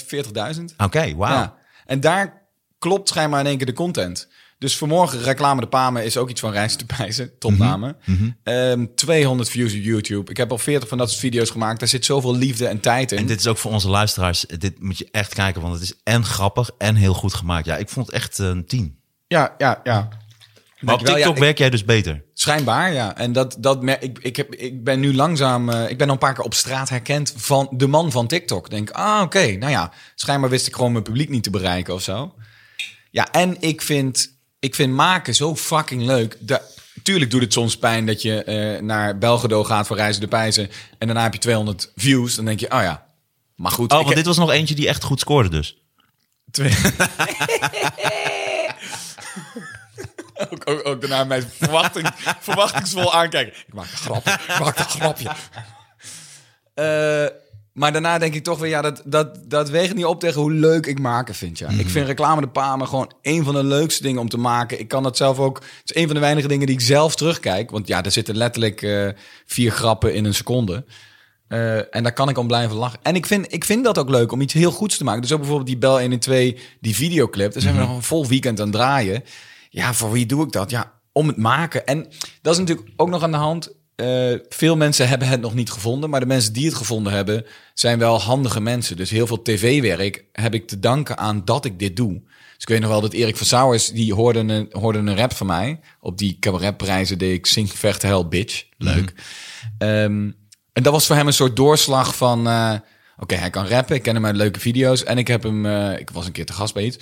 Speaker 2: 40.000.
Speaker 3: Oké, wauw.
Speaker 2: Ja. En daar klopt schijnbaar in één keer de content. Dus vanmorgen reclame de Pamen is ook iets van Reis te Pijzen. Topname. Ehm, 200 views op YouTube. Ik heb al 40 van dat soort video's gemaakt. Daar zit zoveel liefde en tijd in.
Speaker 3: En dit is ook voor onze luisteraars. Dit moet je echt kijken, want het is en grappig en heel goed gemaakt. Ja, ik vond het echt een tien.
Speaker 2: Ja, ja, ja.
Speaker 3: Maar op
Speaker 2: Dankjewel.
Speaker 3: TikTok
Speaker 2: Ja, ik-
Speaker 3: werk jij dus beter.
Speaker 2: Schijnbaar, ja. En dat, dat mer- ik, ik, heb, ik ben nu langzaam. eh, ik ben al een paar keer op straat herkend van de man van TikTok. Denk, ah, oké. nou ja, schijnbaar wist ik gewoon mijn publiek niet te bereiken of zo. Ja, en ik vind, ik vind maken zo fucking leuk. Da- Tuurlijk doet het soms pijn dat je eh, naar Belgedo gaat voor Reizen de Pijzen. En daarna heb je 200 views. Dan denk je, oh ja. Maar goed,
Speaker 3: Oh,
Speaker 2: ik
Speaker 3: want dit was nog eentje die echt goed scoorde dus.
Speaker 2: *laughs* ook, ook, ook daarna mij verwachting, verwachtingsvol aankijken. Ik maak een grapje, ik maak een grapje. Eh, maar daarna denk ik toch weer, ja, dat, dat, dat weegt niet op tegen hoe leuk ik maken vind. Ja. Ik vind reclame de Pamen gewoon een van de leukste dingen om te maken. Ik kan dat zelf ook. Het is een van de weinige dingen die ik zelf terugkijk. Want ja, er zitten letterlijk eh, vier grappen in een seconde. Eh, en daar kan ik om blijven lachen. En ik vind, ik vind dat ook leuk om iets heel goeds te maken. Dus ook bijvoorbeeld die Bel 1 en 2, die videoclip. Daar zijn we nog een vol weekend aan het draaien. Ja, voor wie doe ik dat? Ja, om het maken. En dat is natuurlijk ook nog aan de hand. Eh, veel mensen hebben het nog niet gevonden. Maar de mensen die het gevonden hebben, zijn wel handige mensen. Dus heel veel tv-werk heb ik te danken aan dat ik dit doe. Dus ik weet nog wel dat Erik van Sauers, die hoorde een, hoorde een rap van mij. Op die cabaretprijzen deed ik Zing, Vecht, Hel, Bitch. Leuk. Ehm, en dat was voor hem een soort doorslag van... eh, Oké, hij kan rappen, ik ken hem uit leuke video's. En ik heb hem... eh, ik was een keer te gast bij iets.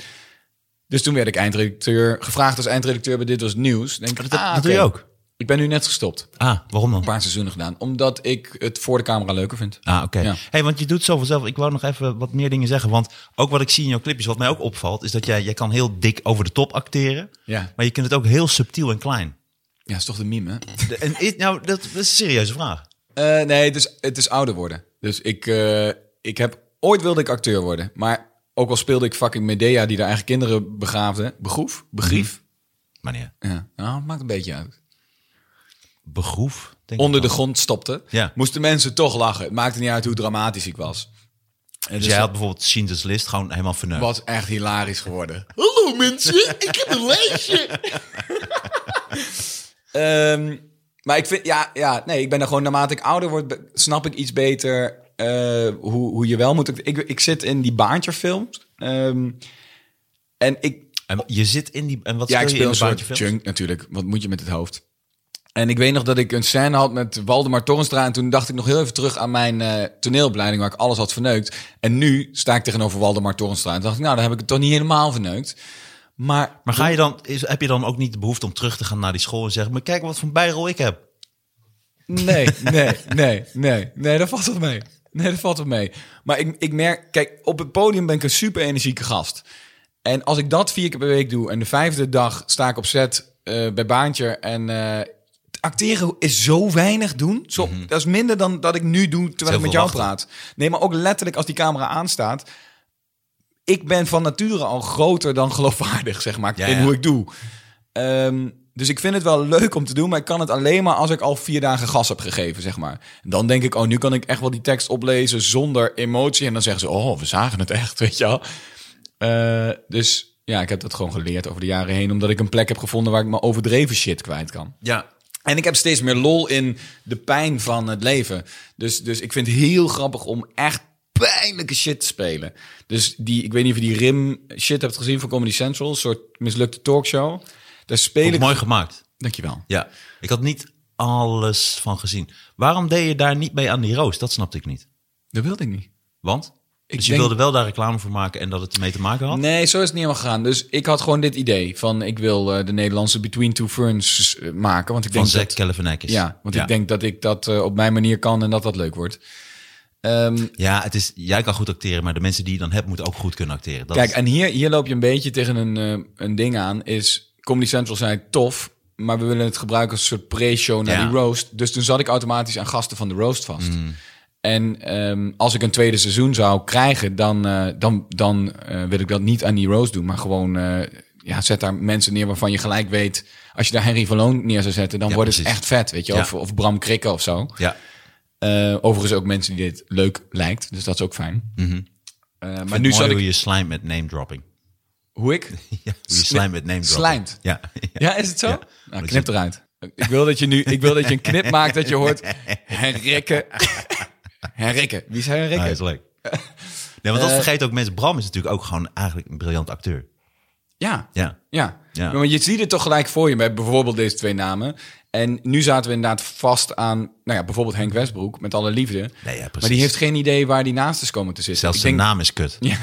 Speaker 2: Dus toen werd ik eindredacteur, gevraagd als eindredacteur bij Dit Was Nieuws. Denk, ik,
Speaker 3: Oh, Dat, dat
Speaker 2: ah,
Speaker 3: doe je
Speaker 2: oké.
Speaker 3: ook.
Speaker 2: Ik ben nu net gestopt.
Speaker 3: Ah, waarom dan?
Speaker 2: Een paar seizoenen gedaan. Omdat ik het voor de camera leuker vind.
Speaker 3: Ah, oké.
Speaker 2: Ja.
Speaker 3: Hey, want je doet zoveel zelf. Ik wou nog even wat meer dingen zeggen. Want ook wat ik zie in jouw clipjes, wat mij ook opvalt, is dat jij, jij kan heel dik over de top acteren.
Speaker 2: Ja.
Speaker 3: Maar je kunt het ook heel subtiel en klein.
Speaker 2: Ja, is toch de meme, hè?
Speaker 3: De- en, is- nou, dat, is een serieuze vraag.
Speaker 2: Eh, nee, het is, het is ouder worden. Dus ik, eh, ik heb... Ooit wilde ik acteur worden. Maar ook al speelde ik fucking Medea... die daar eigen kinderen begraafde. Begroef? Begrief?
Speaker 3: Meneer,
Speaker 2: Ja. Nou, maakt een beetje uit.
Speaker 3: begroef. Denk
Speaker 2: onder
Speaker 3: ik
Speaker 2: de
Speaker 3: wel.
Speaker 2: grond stopte,
Speaker 3: Ja.
Speaker 2: moesten mensen toch lachen. Het maakte niet uit hoe dramatisch ik was. En
Speaker 3: Dus
Speaker 2: dus
Speaker 3: jij had bijvoorbeeld Schindler's List gewoon helemaal verneukt.
Speaker 2: was echt hilarisch geworden.
Speaker 5: *laughs* Hallo mensen, ik heb een lijstje.
Speaker 2: *laughs* Ehm, maar ik vind, ja, ja, nee, ik ben er gewoon naarmate ik ouder word, be- snap ik iets beter eh, hoe, hoe je wel moet. Ik, ik zit in die baantjerfilms. Ehm en ik,
Speaker 3: En je zit in die... En wat
Speaker 2: Ja, ik
Speaker 3: speel je
Speaker 2: speel
Speaker 3: in
Speaker 2: een
Speaker 3: de
Speaker 2: soort
Speaker 3: Bounty Films?
Speaker 2: junk natuurlijk. Wat moet je met het hoofd? En ik weet nog dat ik een scène had met Waldemar Torrenstra. En toen dacht ik nog heel even terug aan mijn eh toneelopleiding waar ik alles had verneukt. En nu sta ik tegenover Waldemar Torrenstra. En dacht ik, nou, dan heb ik het toch niet helemaal verneukt. Maar
Speaker 3: Maar ga je dan, is, heb je dan ook niet de behoefte om terug te gaan naar die school en zeggen... Maar kijk wat voor een bijrol ik heb.
Speaker 2: Nee, nee, nee, nee. Nee, dat valt wel mee. Nee, dat valt wel mee. Maar ik, ik merk, kijk, op het podium ben ik een super energieke gast. En als ik dat vier keer per week doe en de vijfde dag sta ik op set eh, bij Baantje en... eh, Acteren is zo weinig doen. Zo, Dat is minder dan dat ik nu doe terwijl ik
Speaker 3: Heel
Speaker 2: met
Speaker 3: veel
Speaker 2: jou
Speaker 3: wachten.
Speaker 2: praat. Nee, maar ook letterlijk als die camera aanstaat. Ik ben van nature al groter dan geloofwaardig, zeg maar,
Speaker 3: Ja,
Speaker 2: in
Speaker 3: ja.
Speaker 2: hoe ik doe. Ehm, dus ik vind het wel leuk om te doen, maar ik kan het alleen maar als ik al vier dagen gas heb gegeven, zeg maar. Dan denk ik, oh, nu kan ik echt wel die tekst oplezen zonder emotie. En dan zeggen ze, oh, we zagen het echt, *laughs* weet je wel. Eh, dus ja, ik heb dat gewoon geleerd over de jaren heen, omdat ik een plek heb gevonden waar ik mijn overdreven shit kwijt kan.
Speaker 3: Ja.
Speaker 2: En ik heb steeds meer lol in de pijn van het leven. Dus, dus ik vind het heel grappig om echt pijnlijke shit te spelen. Dus die, ik weet niet of je die Rim shit hebt gezien van Comedy Central, een soort mislukte talkshow. Daar speel ik.
Speaker 3: Mooi gemaakt.
Speaker 2: Dankjewel.
Speaker 3: Ja. Ik had niet alles van gezien. Waarom deed je daar niet mee aan die roos? Dat snapte ik niet.
Speaker 2: Dat wilde ik niet.
Speaker 3: Want?
Speaker 2: Ik
Speaker 3: dus je
Speaker 2: denk-
Speaker 3: wilde wel daar reclame voor maken en dat het ermee te maken had?
Speaker 2: Nee, zo is het niet helemaal gegaan. Dus ik had gewoon dit idee van ik wil eh, de Nederlandse Between Two Ferns eh, maken. Want ik
Speaker 3: Van
Speaker 2: denk
Speaker 3: Zack
Speaker 2: dat,
Speaker 3: Galifianakis.
Speaker 2: Ja, want
Speaker 3: ja.
Speaker 2: ik denk dat ik dat eh, op mijn manier kan en dat dat leuk wordt. Ehm,
Speaker 3: Ja, het is, jij kan goed acteren, maar de mensen die je dan hebt, moeten ook goed kunnen acteren. Dat
Speaker 2: Kijk,
Speaker 3: is-
Speaker 2: en hier, hier loop je een beetje tegen een, eh, een ding aan. Is Comedy Central zei tof, maar we willen het gebruiken als een soort pre-show naar
Speaker 3: Ja. Hmm.
Speaker 2: die roast. Dus toen zat ik automatisch aan gasten van de roast vast. En ehm, als ik een tweede seizoen zou krijgen, dan, eh, dan, dan eh, wil ik dat niet aan die roast doen. Maar gewoon, eh, ja, zet daar mensen neer waarvan je gelijk weet... als je daar Henry van Loon neer zou zetten, dan
Speaker 3: Ja,
Speaker 2: wordt het
Speaker 3: precies.
Speaker 2: echt vet, weet je. wel.
Speaker 3: Ja.
Speaker 2: Of, of Bram Krikke of zo.
Speaker 3: ja,
Speaker 2: Eh, overigens ook mensen die dit leuk lijkt, dus dat is ook fijn.
Speaker 3: Mhm.
Speaker 2: Eh, maar nu
Speaker 3: mooi
Speaker 2: zat
Speaker 3: hoe
Speaker 2: ik...
Speaker 3: je slijmt met name dropping. *laughs*
Speaker 2: Hoe ik?
Speaker 3: Ja, hoe je slijmt met name dropping.
Speaker 2: Slijmt.
Speaker 3: Ja. *laughs*
Speaker 2: Ja, is het zo?
Speaker 3: Ja.
Speaker 2: Nou,
Speaker 3: Dat
Speaker 2: knip
Speaker 3: je-
Speaker 2: eruit. Ik wil dat je nu, ik wil dat je een knip maakt dat je hoort. Henrikke. Henrikke. Wie is Henrikke?
Speaker 3: Ah, is leuk. Nee, want dat
Speaker 2: Eh,
Speaker 3: vergeet ook mensen. Bram is natuurlijk ook gewoon eigenlijk een briljant acteur.
Speaker 2: Ja.
Speaker 3: Ja.
Speaker 2: Ja.
Speaker 3: Ja.
Speaker 2: Maar je ziet het toch gelijk voor je bij bijvoorbeeld deze twee namen. En nu zaten we inderdaad vast aan, nou ja, bijvoorbeeld Henk Westbroek, met alle liefde.
Speaker 3: ja, precies.
Speaker 2: Maar die heeft geen idee waar die naast is komen te zitten.
Speaker 3: Zelfs
Speaker 2: Ik
Speaker 3: zijn
Speaker 2: denk-
Speaker 3: naam is kut.
Speaker 2: Ja.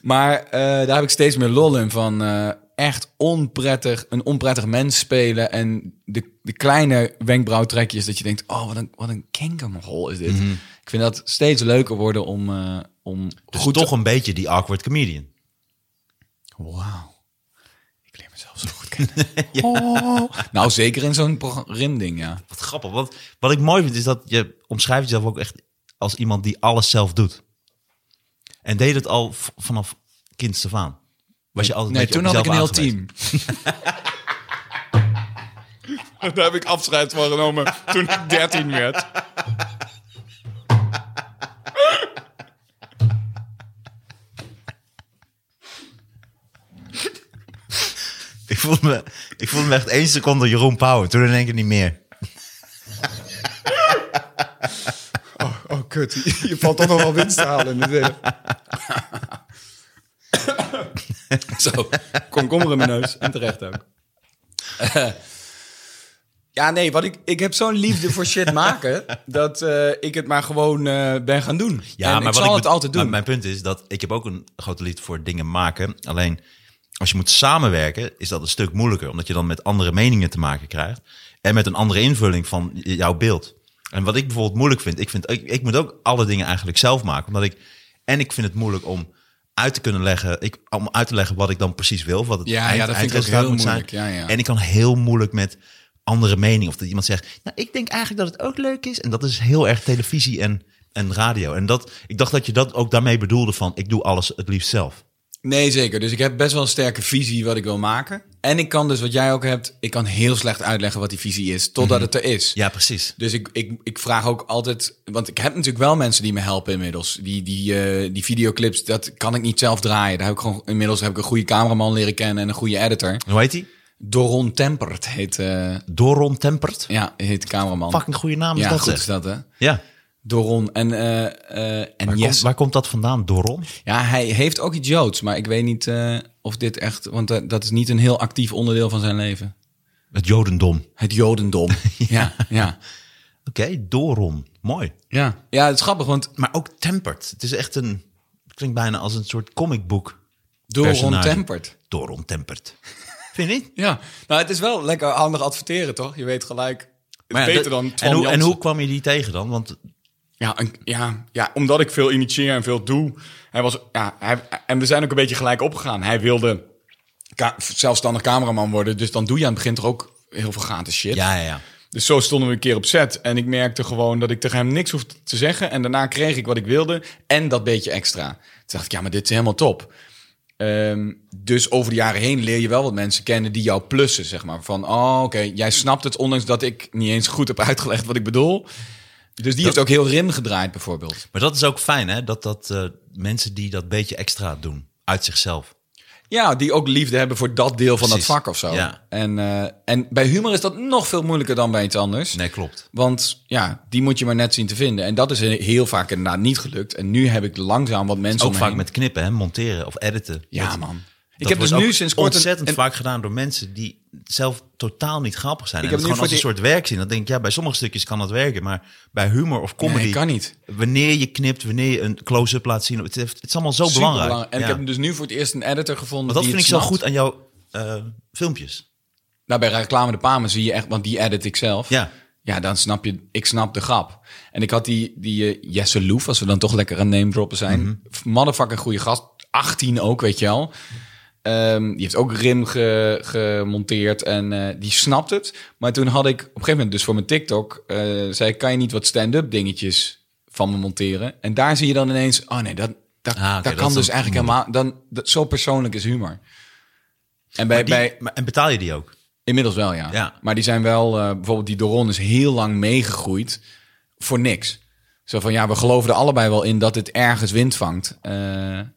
Speaker 2: Maar eh, daar heb ik steeds meer lol in van eh, echt onprettig, een onprettig mens spelen. En de, de kleine wenkbrauwtrekjes dat je denkt, oh, wat een, wat een kankermogol is dit.
Speaker 3: Mhm.
Speaker 2: Ik vind dat steeds leuker worden om, eh, om
Speaker 3: Dus
Speaker 2: goed
Speaker 3: toch een beetje die awkward comedian.
Speaker 2: Wauw. Ik leer mezelf zo goed
Speaker 3: *laughs*
Speaker 2: kennen. oh. Nou, zeker in zo'n pro- rimding, ja.
Speaker 3: Wat grappig. Want wat ik mooi vind is dat je omschrijft jezelf ook echt als iemand die alles zelf doet. En deed het al v- vanaf kinds af aan. Was je altijd
Speaker 2: Nee,
Speaker 3: een beetje
Speaker 2: toen had ik
Speaker 3: op
Speaker 2: een heel
Speaker 3: jezelf aangewezen?
Speaker 2: team. *laughs* Daar heb ik afscheid van genomen toen ik 13 werd.
Speaker 3: *laughs* Ik voelde, me, ik voelde me echt één seconde Jeroen Pauwen. Toen in één keer niet meer.
Speaker 2: Oh, kut. Je valt toch nog wel winst te halen in de zin. *coughs* Zo, komkommer in mijn neus. En terecht ook. Eh, ja, nee, wat ik, ik heb zo'n liefde voor shit maken... dat eh, ik het maar gewoon eh, ben gaan doen.
Speaker 3: Ja,
Speaker 2: en
Speaker 3: maar
Speaker 2: ik
Speaker 3: wat
Speaker 2: zal
Speaker 3: ik
Speaker 2: het
Speaker 3: bet-
Speaker 2: altijd doen.
Speaker 3: maar mijn punt is dat ik heb ook een grote liefde voor dingen maken. Alleen als je moet samenwerken, is dat een stuk moeilijker. Omdat je dan met andere meningen te maken krijgt. En met een andere invulling van j- jouw beeld. En wat ik bijvoorbeeld moeilijk vind, ik, vind, ik, ik moet ook alle dingen eigenlijk zelf maken. Omdat ik, en ik vind het moeilijk om uit te kunnen leggen, ik, om uit te leggen wat ik dan precies wil. Of wat het
Speaker 2: Ja, ja,
Speaker 3: eind-
Speaker 2: dat vind ik ook
Speaker 3: eindresultaat
Speaker 2: heel
Speaker 3: moet zijn.
Speaker 2: moeilijk. Ja, ja.
Speaker 3: En ik kan heel moeilijk met andere meningen. Of dat iemand zegt, nou, ik denk eigenlijk dat het ook leuk is. En dat is heel erg televisie en, en radio. En dat, ik dacht dat je dat ook daarmee bedoelde van, ik doe alles het liefst zelf.
Speaker 2: Nee, zeker. Dus ik heb best wel een sterke visie wat ik wil maken. En ik kan dus, wat jij ook hebt... ik kan heel slecht uitleggen wat die visie is... totdat
Speaker 3: Mhm.
Speaker 2: het er is.
Speaker 3: Ja, precies.
Speaker 2: Dus ik, ik, ik vraag ook altijd, want ik heb natuurlijk wel mensen die me helpen inmiddels. Die, die, eh, die videoclips, dat kan ik niet zelf draaien. Daar heb ik gewoon, inmiddels heb ik een goede cameraman leren kennen en een goede editor.
Speaker 3: Hoe heet die?
Speaker 2: Doron Tempert heet, eh,
Speaker 3: Doron Tempert.
Speaker 2: ja, heet de cameraman.
Speaker 3: Fucking goede naam is
Speaker 2: ja,
Speaker 3: dat
Speaker 2: goed
Speaker 3: zeg.
Speaker 2: is dat hè.
Speaker 3: Ja.
Speaker 2: Doron. En, eh, eh, en
Speaker 3: Waar, komt,
Speaker 2: Yes.
Speaker 3: waar komt dat vandaan? Doron?
Speaker 2: Ja, hij heeft ook iets Joods, maar ik weet niet eh, of dit echt... Want eh, dat is niet een heel actief onderdeel van zijn leven.
Speaker 3: Het Jodendom. Oké,
Speaker 2: Het
Speaker 3: *laughs*
Speaker 2: Jodendom. ja, ja,
Speaker 3: Doron. Mooi.
Speaker 2: ja. Ja, het is grappig, want
Speaker 3: Maar ook Tempert. Het is echt een... Het klinkt bijna als een soort comicboek.
Speaker 2: Doron
Speaker 3: Personage.
Speaker 2: tempert.
Speaker 3: Doron Tempert. Vind je niet?
Speaker 2: Ja, nou het is wel lekker handig adverteren, toch? Je weet gelijk...
Speaker 3: Maar ja,
Speaker 2: beter
Speaker 3: dat-
Speaker 2: dan Twan
Speaker 3: en hoe, en
Speaker 2: Jansen.
Speaker 3: hoe kwam je die tegen dan? Want
Speaker 2: Ja, en- ja, ja, omdat ik veel initieer en veel doe. Hij was, ja, hij, en we zijn ook een beetje gelijk opgegaan. Hij wilde ka- zelfstandig cameraman worden. Dus dan doe je aan het begin toch ook heel veel gaande shit.
Speaker 3: ja, ja, ja.
Speaker 2: Dus zo stonden we een keer op set. En ik merkte gewoon dat ik tegen hem niks hoefde te zeggen. En daarna kreeg ik wat ik wilde. En dat beetje extra. Toen dacht ik, ja, maar dit is helemaal top. Ehm, dus over de jaren heen leer je wel wat mensen kennen die jou plussen, zeg maar. Van, oh, oké, jij snapt het, ondanks dat ik niet eens goed heb uitgelegd wat ik bedoel. Dus die heeft ook heel rim gedraaid, bijvoorbeeld.
Speaker 3: Maar dat is ook fijn, hè? Dat, dat eh, mensen die dat beetje extra doen. Uit zichzelf.
Speaker 2: Ja, die ook liefde hebben voor dat deel van
Speaker 3: Precies.
Speaker 2: dat vak of zo.
Speaker 3: Ja.
Speaker 2: En, eh, en bij humor is dat nog veel moeilijker dan bij iets anders.
Speaker 3: Nee, klopt.
Speaker 2: Want ja, die moet je maar net zien te vinden. En dat is heel vaak inderdaad niet gelukt. En nu heb ik langzaam wat mensen
Speaker 3: Ook
Speaker 2: om me
Speaker 3: vaak
Speaker 2: heen.
Speaker 3: met knippen, hè? Monteren of editen.
Speaker 2: Ja,
Speaker 3: Dat-
Speaker 2: man. Ik
Speaker 3: dat
Speaker 2: heb dus
Speaker 3: wordt ook
Speaker 2: nu sinds kort een-
Speaker 3: ontzettend
Speaker 2: een-
Speaker 3: vaak gedaan door mensen die zelf totaal niet grappig zijn.
Speaker 2: Ik
Speaker 3: en
Speaker 2: heb
Speaker 3: het
Speaker 2: nu
Speaker 3: gewoon als een
Speaker 2: voor
Speaker 3: soort werk zien. Dan denk ik, ja, bij sommige stukjes kan dat werken. Maar bij humor of comedy...
Speaker 2: Nee, kan niet.
Speaker 3: Wanneer je knipt, wanneer je een close-up laat zien. Het, heeft- het is allemaal zo
Speaker 2: Superbelangrijk.
Speaker 3: belangrijk.
Speaker 2: En
Speaker 3: Ja.
Speaker 2: ik heb dus nu voor het eerst een editor gevonden.
Speaker 3: Want dat
Speaker 2: die
Speaker 3: vind ik
Speaker 2: het
Speaker 3: zo
Speaker 2: snapt.
Speaker 3: goed aan jouw eh, filmpjes.
Speaker 2: Nou, bij reclame de Pamen zie je echt, want die edit ik zelf.
Speaker 3: Ja.
Speaker 2: Ja, dan snap je, ik snap de grap. En ik had die, die eh, Jesse Loef, als we dan toch lekker aan name droppen zijn.
Speaker 3: Mhm.
Speaker 2: Motherfucking goede gast. 18 ook, weet je wel. Ehm, die heeft ook rim ge- gemonteerd en eh, die snapt het. Maar toen had ik op een gegeven moment dus voor mijn TikTok... eh, zei ik, kan je niet wat stand-up dingetjes van me monteren? En daar zie je dan ineens, oh nee, dat, dat,
Speaker 3: Ah, oké,
Speaker 2: dat
Speaker 3: dat
Speaker 2: kan
Speaker 3: is
Speaker 2: dus
Speaker 3: dan-
Speaker 2: eigenlijk helemaal... Dan, dat, zo persoonlijk is humor. En bij,
Speaker 3: Maar die-
Speaker 2: bij,
Speaker 3: maar- en betaal je die ook?
Speaker 2: Inmiddels wel, ja.
Speaker 3: Ja.
Speaker 2: Maar die zijn wel, eh, bijvoorbeeld die Doron is heel lang meegegroeid voor niks. Zo van, ja, we geloven er allebei wel in dat het ergens wind vangt. Eh,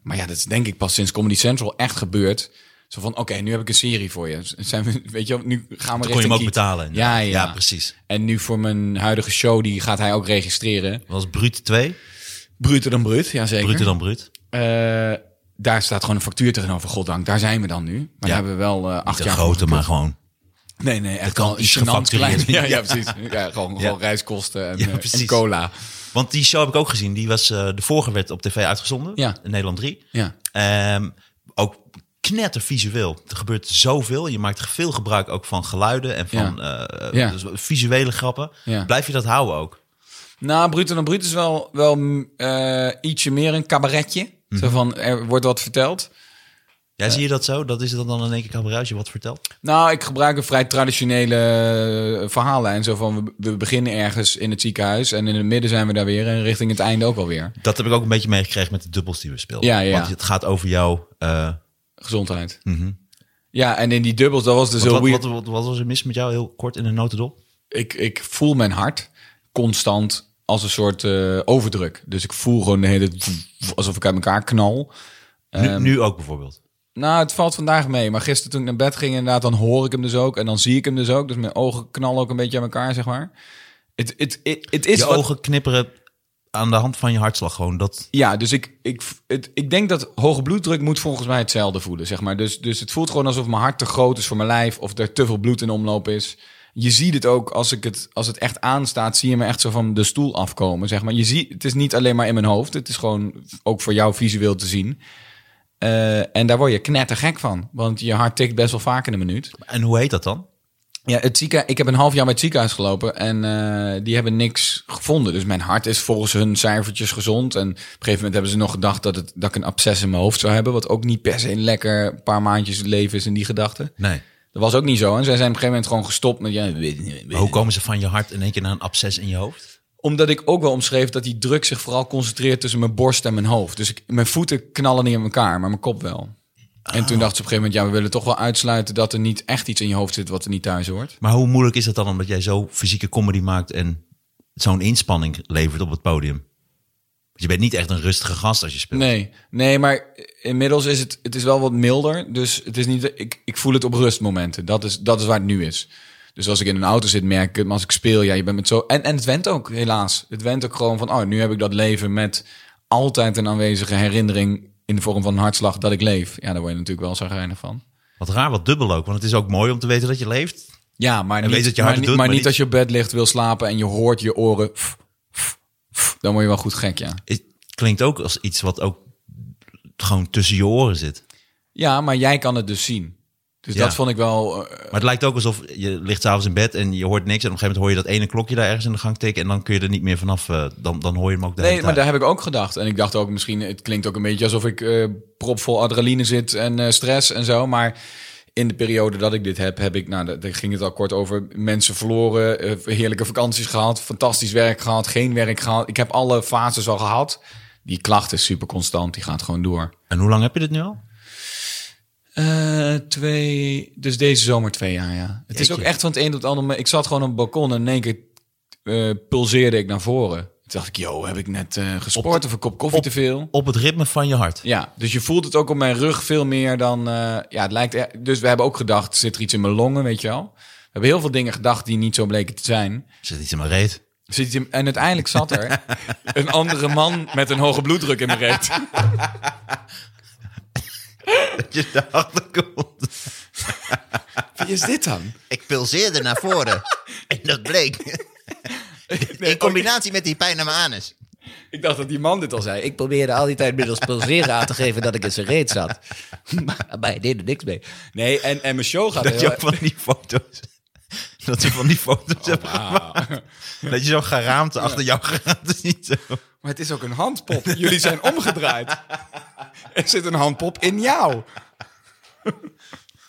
Speaker 2: maar ja, dat is denk ik pas sinds Comedy Central echt gebeurd. Zo van, oké, nu heb ik een serie voor je. Z- Zijn we, *laughs* weet je, wel, nu gaan we
Speaker 3: Kon je hem
Speaker 2: richting
Speaker 3: ook
Speaker 2: Kiet.
Speaker 3: betalen?
Speaker 2: Ja, ja.
Speaker 3: precies.
Speaker 2: En nu voor mijn huidige show, die gaat hij ook registreren.
Speaker 3: Dat was Brut 2.
Speaker 2: Bruter dan brut, ja zeker.
Speaker 3: Bruter dan Brut.
Speaker 2: Eh, daar staat gewoon een factuur tegenover, goddank. Daar zijn we dan nu. Maar daar hebben we wel eh, acht
Speaker 3: De
Speaker 2: jaar voor
Speaker 3: grote, maar gewoon.
Speaker 2: Nee, nee, echt
Speaker 3: kan
Speaker 2: wel
Speaker 3: iets
Speaker 2: gênant
Speaker 3: gefactureerd.
Speaker 2: klein. Ja, ja, precies. Ja, gewoon,
Speaker 3: Ja.
Speaker 2: gewoon reiskosten en,
Speaker 3: Ja,
Speaker 2: eh, en
Speaker 3: precies.
Speaker 2: cola.
Speaker 3: Want die show heb ik ook gezien. Die was, eh, de vorige werd op tv uitgezonden.
Speaker 2: Ja.
Speaker 3: In Nederland 3.
Speaker 2: Ja.
Speaker 3: Ehm, ook knettervisueel. Er gebeurt zoveel. Je maakt veel gebruik ook van geluiden en van eh,
Speaker 2: Ja.
Speaker 3: dus visuele grappen.
Speaker 2: Ja.
Speaker 3: Blijf je dat houden ook?
Speaker 2: Nou, Bruto dan Bruut is wel, wel mm, eh, ietsje meer een cabaretje.
Speaker 3: Mhm.
Speaker 2: Zo van, er wordt wat verteld.
Speaker 3: Ja,
Speaker 2: Eh.
Speaker 3: zie je dat zo? Dat is het dan in één keer cabaret als je wat vertelt?
Speaker 2: Nou, ik gebruik een vrij traditionele eh, verhaallijn. Zo van, we, we beginnen ergens in het ziekenhuis... en in het midden zijn we daar weer en richting het einde ook alweer.
Speaker 3: Dat heb ik ook een beetje meegekregen met de dubbels die we speelden.
Speaker 2: Ja, ja.
Speaker 3: Want het gaat over jou. eh,
Speaker 2: Gezondheid. Ja, en in die dubbels, dat was dus zo
Speaker 3: Mhm. wat,
Speaker 2: weird.
Speaker 3: wat, wat, wat was er mis met jou? Heel kort in een notendop.
Speaker 2: ik, ik voel mijn hart constant als een soort eh, overdruk. Dus ik voel gewoon de hele... alsof ik uit elkaar knal.
Speaker 3: Nu,
Speaker 2: Ehm,
Speaker 3: nu ook bijvoorbeeld.
Speaker 2: Nou, het valt vandaag mee. Maar gisteren toen ik naar bed ging, inderdaad, dan hoor ik hem dus ook. En dan zie ik hem dus ook. Dus mijn ogen knallen ook een beetje aan elkaar, zeg maar. Het, het, het, het is
Speaker 3: Je
Speaker 2: wat...
Speaker 3: ogen knipperen aan de hand van je hartslag gewoon. Dat,
Speaker 2: Ja, dus ik, ik, het, ik denk dat hoge bloeddruk moet volgens mij hetzelfde voelen, zeg maar. Dus, dus het voelt gewoon alsof mijn hart te groot is voor mijn lijf... of er te veel bloed in omloop is. Je ziet het ook als, ik het, als het echt aanstaat, zie je me echt zo van de stoel afkomen, zeg maar. Je ziet, het is niet alleen maar in mijn hoofd. Het is gewoon ook voor jou visueel te zien. Eh, en daar word je knettergek van. Want je hart tikt best wel vaak in een minuut.
Speaker 3: en hoe heet dat dan?
Speaker 2: Ja, het zieke, ik heb een half jaar met het ziekenhuis gelopen en eh, die hebben niks gevonden. Dus mijn hart is volgens hun cijfertjes gezond. En op een gegeven moment hebben ze nog gedacht dat, het, dat ik een absces in mijn hoofd zou hebben. Wat ook niet per se een lekker een paar maandjes leven is in die gedachte.
Speaker 3: Nee.
Speaker 2: Dat was ook niet zo. En zij zijn op een gegeven moment gewoon gestopt met... Ja, ik weet het niet, ik weet het
Speaker 3: Maar hoe komen ze van je hart in één keer naar een absces in je hoofd?
Speaker 2: omdat ik ook wel omschreef dat die druk zich vooral concentreert tussen mijn borst en mijn hoofd. Dus ik, mijn voeten knallen niet in elkaar, maar mijn kop wel. En toen dacht ze op een gegeven moment, ja, we willen toch wel uitsluiten dat er niet echt iets in je hoofd zit wat er niet thuis hoort.
Speaker 3: Maar hoe moeilijk is dat dan omdat jij zo fysieke comedy maakt en zo'n inspanning levert op het podium? Want je bent niet echt een rustige gast als je speelt.
Speaker 2: Nee, nee, maar inmiddels is het, het is wel wat milder. Dus het is niet, ik, ik voel het op rustmomenten. Dat is, dat is waar het nu is. Dus als ik in een auto zit, merk ik het. Maar als ik speel, ja, je bent met zo... En, en het went ook, helaas. Het went ook gewoon van, oh, nu heb ik dat leven met altijd een aanwezige herinnering... in de vorm van een hartslag dat ik leef. Ja, daar word je natuurlijk wel zagrijnig van.
Speaker 3: Wat raar, wat dubbel ook. Want het is ook mooi om te weten dat je leeft.
Speaker 2: Ja, maar niet,
Speaker 3: weet dat je
Speaker 2: maar,
Speaker 3: hard
Speaker 2: niet-
Speaker 3: doet,
Speaker 2: maar
Speaker 3: maar
Speaker 2: niet
Speaker 3: niet-
Speaker 2: als je op bed ligt, wil slapen en je hoort je oren... f- f- f- dan word je wel goed gek, ja.
Speaker 3: Het klinkt ook als iets wat ook gewoon tussen je oren zit.
Speaker 2: Ja, maar jij kan het dus zien. Dus
Speaker 3: Ja.
Speaker 2: dat vond ik wel... eh,
Speaker 3: Maar het lijkt ook alsof je ligt s'avonds in bed en je hoort niks. En op een gegeven moment hoor je dat ene klokje daar ergens in de gang tikken. En dan kun je er niet meer vanaf. eh, dan, dan hoor je hem ook de
Speaker 2: Nee,
Speaker 3: hele
Speaker 2: maar
Speaker 3: tijd.
Speaker 2: daar heb ik ook gedacht. En ik dacht ook misschien, het klinkt ook een beetje alsof ik eh, propvol adrenaline zit en eh, stress en zo. Maar in de periode dat ik dit heb, heb ik, nou, daar- daar ging het al kort over, mensen verloren, eh, heerlijke vakanties gehad, fantastisch werk gehad, geen werk gehad. Ik heb alle fases al gehad. Die klacht is super constant, die gaat gewoon door.
Speaker 3: En hoe lang heb je dit nu al?
Speaker 2: Eh, twee, dus deze zomer twee jaar, ja. Het is
Speaker 3: Jeetje.
Speaker 2: ook echt van het een tot het ander. maar Ik zat gewoon op het balkon en in één keer eh, pulseerde ik naar voren. Toen dacht ik, yo, heb ik net eh gesport of een kop koffie te veel?
Speaker 3: Op het ritme van je hart.
Speaker 2: Ja, dus je voelt het ook op mijn rug veel meer dan... eh, ja, het lijkt... e- Dus we hebben ook gedacht, zit er iets in mijn longen, weet je wel? We hebben heel veel dingen gedacht die niet zo bleken te zijn.
Speaker 3: Zit iets in mijn
Speaker 5: *laughs*
Speaker 3: reet.
Speaker 2: Zit iets in- en uiteindelijk zat er een andere man met een hoge bloeddruk in mijn reet.
Speaker 3: Dat je daarachter komt.
Speaker 2: Wie is dit dan?
Speaker 5: Ik pulseerde naar
Speaker 3: *laughs*
Speaker 5: voren. En dat bleek.
Speaker 2: Nee,
Speaker 5: In combinatie met die pijn aan mijn anus.
Speaker 2: Ik dacht dat die man dit al zei. Ik,
Speaker 6: Ik probeerde al die tijd middels pulseren aan te geven dat ik in zijn reet zat. Maar hij deed er niks mee.
Speaker 2: nee, en, en mijn show gaat
Speaker 3: Dat je
Speaker 2: heel...
Speaker 3: ook van die foto's. Dat ze van die foto's hebben gemaakt. Dat je zo'n geraamte achter jouw geraamte ziet. zo.
Speaker 2: Maar het is ook een handpop. Jullie zijn omgedraaid. Er zit een handpop in jou.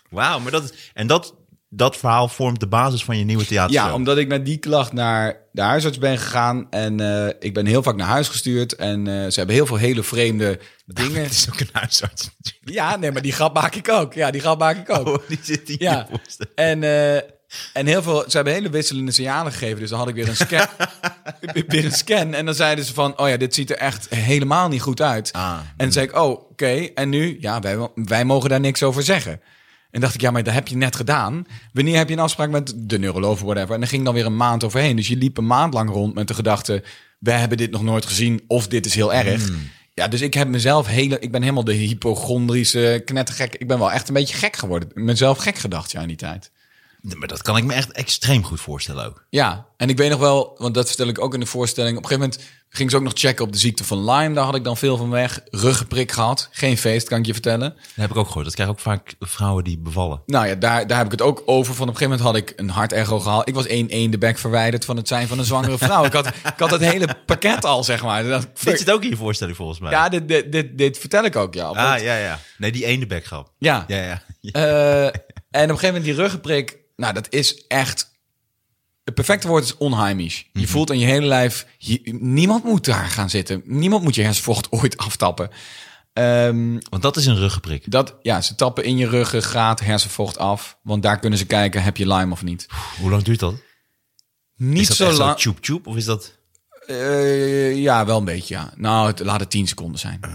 Speaker 3: Wauw, maar dat is, en dat, dat verhaal vormt de basis van je nieuwe theatershow.
Speaker 2: Ja, omdat ik naar die klacht naar de huisarts ben gegaan. En eh, ik ben heel vaak naar huis gestuurd. En eh, ze hebben heel veel hele
Speaker 3: *laughs*
Speaker 2: vreemde dingen.
Speaker 3: Het is ook een huisarts natuurlijk.
Speaker 2: Ja, nee, maar die grap maak ik ook. Ja, die grap maak ik ook.
Speaker 3: Oh, die zit hier. *laughs*
Speaker 2: Ja.
Speaker 3: voorste.
Speaker 2: En, eh, en heel veel, ze hebben hele wisselende signalen gegeven. Dus dan had ik weer een scan.
Speaker 3: *laughs*
Speaker 2: *laughs* weer een scan. En dan zeiden ze van, oh ja, dit ziet er echt helemaal niet goed uit. en dan zei ik, oh, oké. En nu? Ja, wij, wij mogen daar niks over zeggen. En dacht ik, ja, maar dat heb je net gedaan. Wanneer heb je een afspraak met de neuroloog of whatever? En dan ging dan weer een maand overheen. Dus je liep een maand lang rond met de gedachte... wij hebben dit nog nooit gezien of dit is heel erg. Ja, dus ik heb mezelf hele... Ik ben helemaal de hypochondrische knettergek. Ik ben wel echt een beetje gek geworden. Mezelf gek gedacht, ja, in die tijd.
Speaker 3: Nee, Maar dat kan ik me echt extreem goed voorstellen ook.
Speaker 2: Ja, en ik weet nog wel, want dat vertel ik ook in de voorstelling. Op een gegeven moment ging ze ook nog checken op de ziekte van Lyme. Daar had ik dan veel van weg. Ruggenprik gehad. Geen feest, kan ik je vertellen.
Speaker 3: Dat heb ik ook gehoord. Dat krijgen ook vaak vrouwen die bevallen.
Speaker 2: Nou ja, daar, daar heb ik het ook over. Van op een gegeven moment had ik een hartecho gehaald. Ik was één één de bek verwijderd van het zijn van een
Speaker 3: *laughs*
Speaker 2: zwangere vrouw. ik, had, ik had het hele pakket al, zeg maar. Dan dacht ik,
Speaker 3: Dit zit ook in je voorstelling volgens mij.
Speaker 2: ja, dit, dit, dit, dit vertel ik ook, ja. Want-
Speaker 3: ah, ja, ja. Nee, die ene bekgrap.
Speaker 2: ja.
Speaker 3: Ja, ja. ja.
Speaker 2: Eh, en op een gegeven moment die ruggenprik, nou dat is echt. Het perfecte woord is onheimisch. Je
Speaker 3: Mhm.
Speaker 2: voelt aan je hele lijf, je- niemand moet daar gaan zitten. Niemand moet je hersenvocht *laughs* ooit aftappen. Ehm,
Speaker 3: Want dat is een ruggenprik.
Speaker 2: dat, ja, ze tappen in je ruggengraat hersenvocht af. Want daar kunnen ze kijken, heb je Lyme of niet.
Speaker 3: Hoe lang duurt dat?
Speaker 2: Niet
Speaker 3: Is dat
Speaker 2: zo
Speaker 3: echt
Speaker 2: lang.
Speaker 3: Tjoep, tjoep, of is dat...
Speaker 2: Eh, ja, wel een beetje, ja. Nou, het, laat het tien seconden zijn.
Speaker 3: Oh.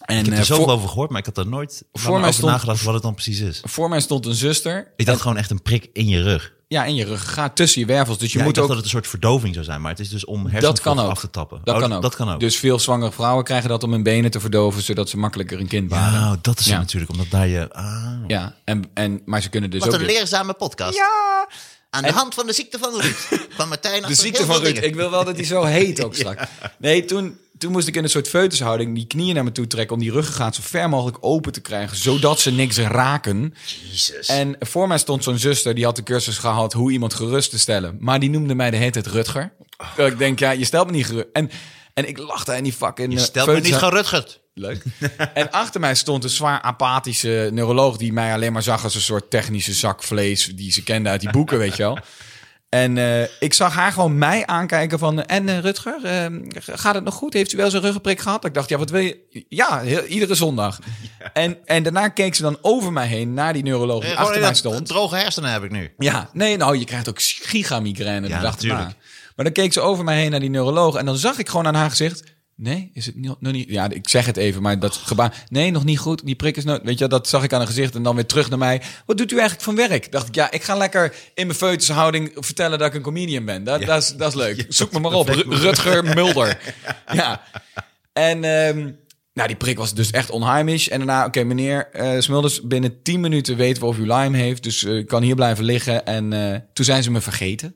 Speaker 2: En
Speaker 3: Ik heb
Speaker 2: eh,
Speaker 3: er zoveel
Speaker 2: voor,
Speaker 3: over gehoord, maar ik had er nooit
Speaker 2: Voor
Speaker 3: voor
Speaker 2: mij
Speaker 3: over
Speaker 2: stond-
Speaker 3: nagedacht wat het dan precies is.
Speaker 2: voor mij stond een zuster.
Speaker 3: Ik dacht gewoon echt een prik in je rug.
Speaker 2: Ja, in je ruggengraat, tussen je wervels. Dus je
Speaker 3: Je ja,
Speaker 2: moet
Speaker 3: moet ik dacht
Speaker 2: ook...
Speaker 3: dat het een soort verdoving zou zijn, maar het is dus om
Speaker 2: Dat kan
Speaker 3: hersenvocht
Speaker 2: ook.
Speaker 3: af te tappen.
Speaker 2: Dat,
Speaker 3: Oh,
Speaker 2: kan ook.
Speaker 3: Dat kan ook.
Speaker 2: Dus veel zwangere vrouwen krijgen dat om hun benen te verdoven, zodat ze makkelijker een kind baren.
Speaker 3: Wauw, Nou, dat is het
Speaker 2: Ja.
Speaker 3: natuurlijk, omdat daar je... Ah,
Speaker 2: Ja, en, en, maar ze kunnen dus
Speaker 5: Wat
Speaker 2: ook...
Speaker 5: een
Speaker 2: dit-
Speaker 5: leerzame podcast. Aan de hand van de ziekte van
Speaker 2: *laughs*
Speaker 5: Ruud. Van Martijn.
Speaker 2: de ziekte van Ruud. Ik wil wel dat hij zo heet
Speaker 5: *laughs*
Speaker 2: ook straks. Nee, toen, toen moest ik in een soort feutushouding die knieën naar me toe trekken... om die ruggengraat zo ver mogelijk open te krijgen, zodat ze niks raken.
Speaker 5: Jezus.
Speaker 2: En voor mij stond zo'n zuster, die had de cursus gehad hoe iemand gerust te stellen. Maar die noemde mij de hele tijd Rutger. Dat Ik denk, ja, je stelt me niet gerust. En, en ik lachte en die fucking...
Speaker 3: je
Speaker 2: eh,
Speaker 3: stelt me niet
Speaker 2: feutushouding-
Speaker 3: gaan Rutgert.
Speaker 2: Leuk. *laughs* en achter mij stond een zwaar apathische neuroloog die mij alleen maar zag als een soort technische zak vlees die ze kende uit die boeken, weet je wel. En eh, ik zag haar gewoon mij aankijken van, en eh, Rutger, eh, gaat het nog goed? Heeft u wel eens een ruggenprik gehad? Ik dacht, ja, wat wil je? Ja, heel- iedere zondag. En, en daarna keek ze dan over mij heen naar die neuroloog
Speaker 3: Eh,
Speaker 2: die achter mij stond.
Speaker 5: droge hersenen heb ik nu.
Speaker 2: Ja, nee, nou, je krijgt ook gigamigraine de
Speaker 3: Ja,
Speaker 2: dag erna.
Speaker 3: natuurlijk.
Speaker 2: Maar dan keek ze over mij heen naar die neuroloog en dan zag ik gewoon aan haar gezicht... Nee, is het niet, nog niet? Ja, ik zeg het even, maar dat gebaar. Nee, nog niet goed. Die prik is nooit. Weet je, dat zag ik aan haar gezicht en dan weer terug naar mij. Wat doet u eigenlijk van werk? Dacht ik, ja, ik ga lekker in mijn feutushouding vertellen dat ik een comedian ben. Dat, dat, is, dat is
Speaker 3: *laughs*
Speaker 2: leuk. Zoek me maar op. Ru- Rutger Mulder. ja. En ehm, nou, die prik was dus echt onheimisch. En daarna, oké, meneer eh, Smulders, binnen 10 minuten weten we of u Lyme heeft. Dus eh, ik kan hier blijven liggen. En eh, toen zijn ze me vergeten.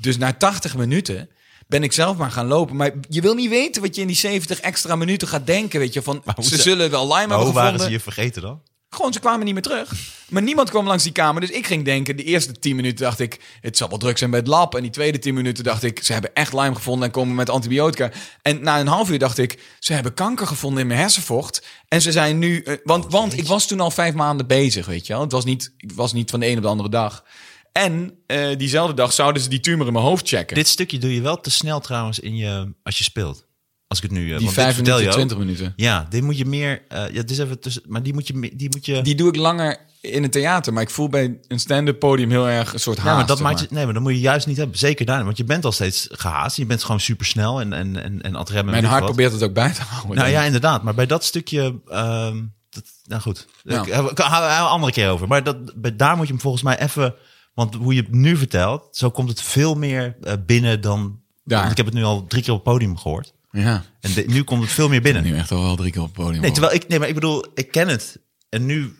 Speaker 2: Dus na 80 minuten ben ik zelf maar gaan lopen. Maar je wil niet weten wat je in die 70 extra minuten gaat denken. Weet je, van
Speaker 3: hoe
Speaker 2: ze
Speaker 3: ze-
Speaker 2: zullen wel Lyme hebben
Speaker 3: Maar
Speaker 5: Oh,
Speaker 3: hoe
Speaker 2: gevonden.
Speaker 3: waren ze je vergeten dan?
Speaker 2: Gewoon, ze kwamen niet meer terug. Maar niemand kwam langs die kamer. Dus ik ging denken, de eerste 10 minuten dacht ik... het zal wel druk zijn bij het lab. En die tweede 10 minuten dacht ik... ze hebben echt Lyme gevonden en komen met antibiotica. En na een half uur dacht ik... ze hebben kanker gevonden in mijn hersenvocht. En ze zijn nu... eh,
Speaker 3: Oh,
Speaker 2: want want ik was toen al vijf maanden bezig, weet je wel. Het was niet, ik was niet van de een op de andere dag. En eh, diezelfde dag zouden ze die tumor in mijn hoofd checken.
Speaker 3: Dit stukje doe je wel te snel trouwens in je, als je speelt. Als ik het nu... eh,
Speaker 2: die
Speaker 3: want dit
Speaker 2: vijf
Speaker 3: vertel
Speaker 2: minuten,
Speaker 3: je ook.
Speaker 2: 20 minuten.
Speaker 3: Ja, dit moet je meer... eh, ja, dit is even tussen... Maar die moet je... me- Die moet je
Speaker 2: Die doe ik langer in het theater. Maar ik voel bij een stand-up podium heel erg een soort haast.
Speaker 3: ja, maar dat
Speaker 2: zeg
Speaker 3: maakt je, nee, maar dat moet je juist niet hebben. Zeker daarna, want je bent al steeds gehaast. Je bent gewoon supersnel en, en, en, en aan het remmen.
Speaker 2: Mijn
Speaker 3: weet ik
Speaker 2: hart
Speaker 3: wat.
Speaker 2: probeert het ook bij te houden.
Speaker 3: Nou ja, inderdaad. Maar bij dat stukje... ehm, dat, nou goed,
Speaker 2: Nou.
Speaker 3: ik ik- hou hou een andere keer over. Maar dat, bij- daar moet je hem volgens mij even... Want hoe je het nu vertelt, zo komt het veel meer eh, binnen dan...
Speaker 2: Daar.
Speaker 3: Want ik heb het nu al drie keer op het podium gehoord.
Speaker 2: Ja,
Speaker 3: En de- nu komt het veel meer binnen.
Speaker 2: nu echt al wel drie keer op het podium.
Speaker 3: Nee,
Speaker 2: hoor.
Speaker 3: terwijl ik, nee, maar ik bedoel, ik ken het. En nu,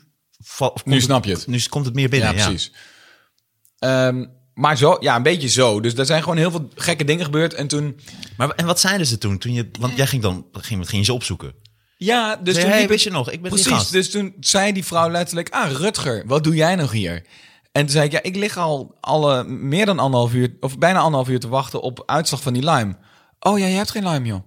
Speaker 3: val- komt
Speaker 2: Nu snap je het.
Speaker 3: Nu komt het meer binnen. Ja,
Speaker 2: ja, precies. Ehm, maar zo, ja, een beetje zo. Dus daar zijn gewoon heel veel gekke dingen gebeurd. En toen,
Speaker 3: Maar en wat zeiden ze toen? toen je, want jij ging dan, ging, wat ging je ze opzoeken?
Speaker 2: ja, dus
Speaker 3: Nee,
Speaker 2: toen
Speaker 3: hey,
Speaker 2: liep ik-
Speaker 3: weet je nog, ik ben die
Speaker 2: Precies,
Speaker 3: gast.
Speaker 2: dus toen zei die vrouw letterlijk... Ah, Rutger, wat doe jij nog hier? En toen zei ik, ja, ik lig al alle, meer dan anderhalf uur... of bijna anderhalf uur te wachten op uitslag van die Lyme. Oh ja, je hebt geen Lyme, joh.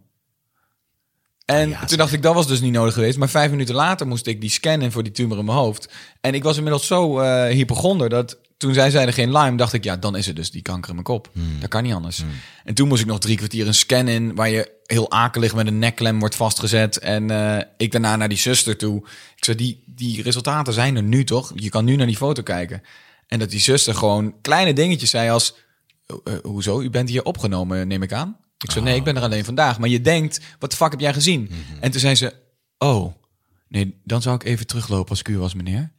Speaker 2: En toen dacht ik, dat was dus niet nodig geweest. Maar vijf minuten later moest ik die scannen voor die tumor in mijn hoofd. En ik was inmiddels zo eh hypochonder dat toen zij zeiden geen Lyme... dacht ik, ja, dan is het dus die kanker in mijn kop. Dat kan niet anders. En toen moest ik nog drie kwartier een scan in... waar je heel akelig met een nekklem wordt vastgezet. En eh, ik daarna naar die zuster toe. Ik zei, die, die resultaten zijn er nu toch? Je kan nu naar die foto kijken. En dat die zuster gewoon kleine dingetjes zei als... "Eh, eh, hoezo, u bent hier opgenomen, neem ik aan? Ik zei,
Speaker 3: Ah.
Speaker 2: nee, ik ben er alleen vandaag. Maar je denkt, wat de fuck heb jij gezien?
Speaker 3: Mhm.
Speaker 2: En toen zei ze, oh, nee, dan zou ik even teruglopen als ik u was, meneer.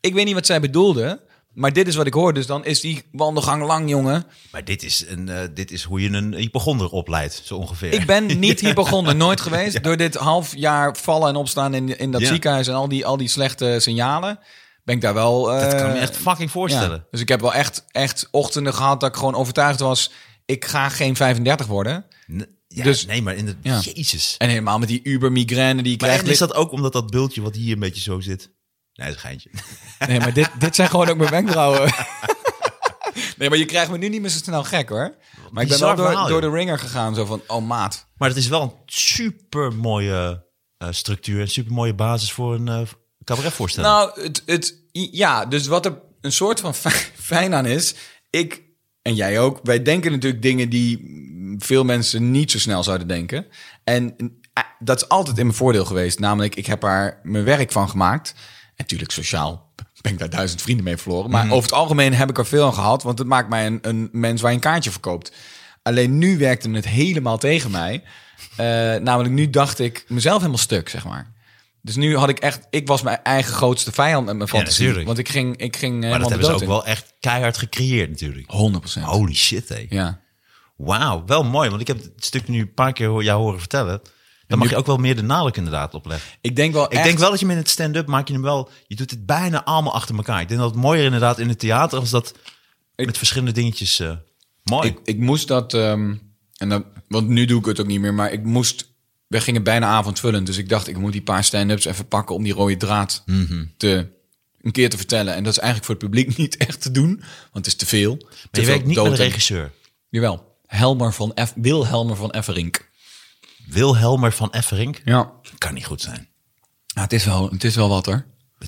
Speaker 2: Ik weet niet wat zij bedoelde, maar dit is wat ik hoor. Dus dan is die wandelgang lang, jongen.
Speaker 3: Maar dit is, een, eh, dit is hoe je een hypochonder opleidt, zo ongeveer.
Speaker 2: Ik
Speaker 3: *laughs*
Speaker 2: ben niet hypochonder, nooit geweest. Door dit half jaar vallen en opstaan in, in dat
Speaker 3: Ja.
Speaker 2: ziekenhuis en al die, al die slechte signalen, ben ik daar wel... eh,
Speaker 3: dat kan ik me echt fucking voorstellen.
Speaker 2: Ja, dus ik heb wel echt, echt ochtenden gehad dat ik gewoon overtuigd was... ik ga geen 35 worden.
Speaker 3: N- ja,
Speaker 2: Dus-
Speaker 3: nee, maar in de,
Speaker 2: Ja.
Speaker 3: jezus.
Speaker 2: En helemaal met die uber-migraine die ik
Speaker 3: Maar
Speaker 2: krijg.
Speaker 3: en is dat ook omdat dat bultje wat hier een beetje zo zit? Nee, dat is een geintje. *laughs*
Speaker 2: Nee, maar dit, dit zijn gewoon ook mijn wenkbrauwen. nee, maar je krijgt me nu niet meer zo snel gek, hoor. Maar ik ben wel
Speaker 3: Bizar
Speaker 2: door,
Speaker 3: verhaal,
Speaker 2: door de
Speaker 3: joh.
Speaker 2: ringer gegaan. Zo van, oh maat.
Speaker 3: Maar het is wel een super mooie structuur. Een super mooie basis voor een eh cabaretvoorstelling.
Speaker 2: Nou, het, het, ja, dus wat er een soort van fi- *laughs* fijn aan is... Ik en jij ook, wij denken natuurlijk dingen die mm, veel mensen niet zo snel zouden denken. En eh, dat is altijd in mijn voordeel geweest. Namelijk, ik heb haar mijn werk van gemaakt. En natuurlijk sociaal ben ik daar duizend vrienden mee verloren. Maar over het algemeen heb ik er veel aan gehad. Want het maakt mij een, een mens waar je een kaartje verkoopt. Alleen nu werkte het helemaal tegen mij. Eh, namelijk, nu dacht ik mezelf helemaal stuk, zeg maar. Dus nu had ik echt... Ik was mijn eigen grootste vijand met mijn fantasie.
Speaker 3: natuurlijk.
Speaker 2: want ik ging, ik ging
Speaker 3: maar
Speaker 2: helemaal
Speaker 3: dat
Speaker 2: de
Speaker 3: hebben ze
Speaker 2: dood
Speaker 3: ook
Speaker 2: in.
Speaker 3: Oh. wel echt keihard gecreëerd natuurlijk.
Speaker 2: 100 procent.
Speaker 3: Holy shit, hé.
Speaker 2: Ja.
Speaker 3: Wauw, wel mooi. Want ik heb het stuk nu een paar keer hoor- jou horen vertellen. Dan mag je ook wel meer de nadruk inderdaad opleggen.
Speaker 2: Ik denk wel
Speaker 3: Ik denk wel dat je met het stand-up maak je hem wel... Je doet het bijna allemaal achter elkaar. Ik denk dat het mooier inderdaad in het theater... als dat met verschillende dingetjes... eh, mooi.
Speaker 2: Ik, ik moest dat, ehm, en dan, want nu doe ik het ook niet meer, maar ik moest, we gingen bijna avondvullend. Dus ik dacht, ik moet die paar stand-ups even pakken om die rode draad
Speaker 3: Mhm.
Speaker 2: te, een keer te vertellen. En dat is eigenlijk voor het publiek *laughs* niet echt te doen, want het is te veel.
Speaker 3: maar je werkt niet met
Speaker 2: de
Speaker 3: een regisseur.
Speaker 2: Jawel, Helmer van Eff, Wilhelmer van Efferink.
Speaker 3: Wilhelmer van Efferink.
Speaker 2: Ja.
Speaker 3: Kan niet goed zijn.
Speaker 2: het, is wel, het is wel wat hoor.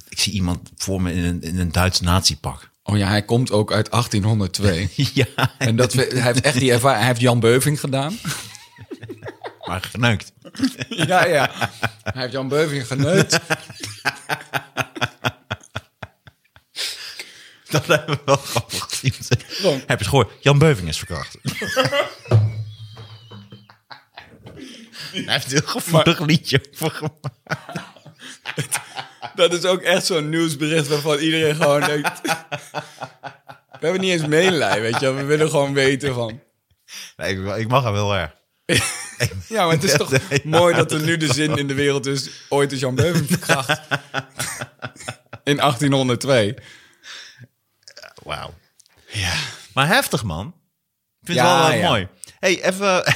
Speaker 3: Ik zie iemand voor me in een, in een Duits nazi-pak. *laughs*
Speaker 2: Oh ja, hij komt ook uit 1802.
Speaker 3: Ja,
Speaker 2: En dat, we- hij heeft echt die ervaring. Hij heeft Jan Beuving gedaan.
Speaker 3: maar geneukt.
Speaker 2: *laughs*
Speaker 3: *laughs*
Speaker 2: Ja, ja. Hij heeft Jan Beuving geneukt.
Speaker 3: Dat hebben we wel grappig gezien. Heb je *laughs* het gehoord? Jan Beuving is verkracht.
Speaker 5: Hij heeft een heel gevoelig liedje voor gemaakt.
Speaker 2: Dat is ook echt zo'n nieuwsbericht waarvan iedereen gewoon denkt... We hebben niet eens meelij, weet je wel. We willen gewoon weten van...
Speaker 3: Nee, ik, ik mag hem heel erg.
Speaker 2: *laughs* Ja, maar het is toch
Speaker 3: Ja,
Speaker 2: mooi dat er nu de zin in de wereld is... ooit is Jan Beuven verkracht. In 1802.
Speaker 3: Wauw. Maar heftig, man. Ik vind
Speaker 2: Ja,
Speaker 3: het wel eh,
Speaker 2: ja.
Speaker 3: mooi. hey, even, *laughs*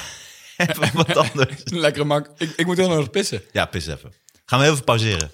Speaker 3: even wat anders.
Speaker 2: Lekker mak. Ik, ik moet heel nog pissen.
Speaker 3: Ja, pis even. Gaan we heel even pauzeren.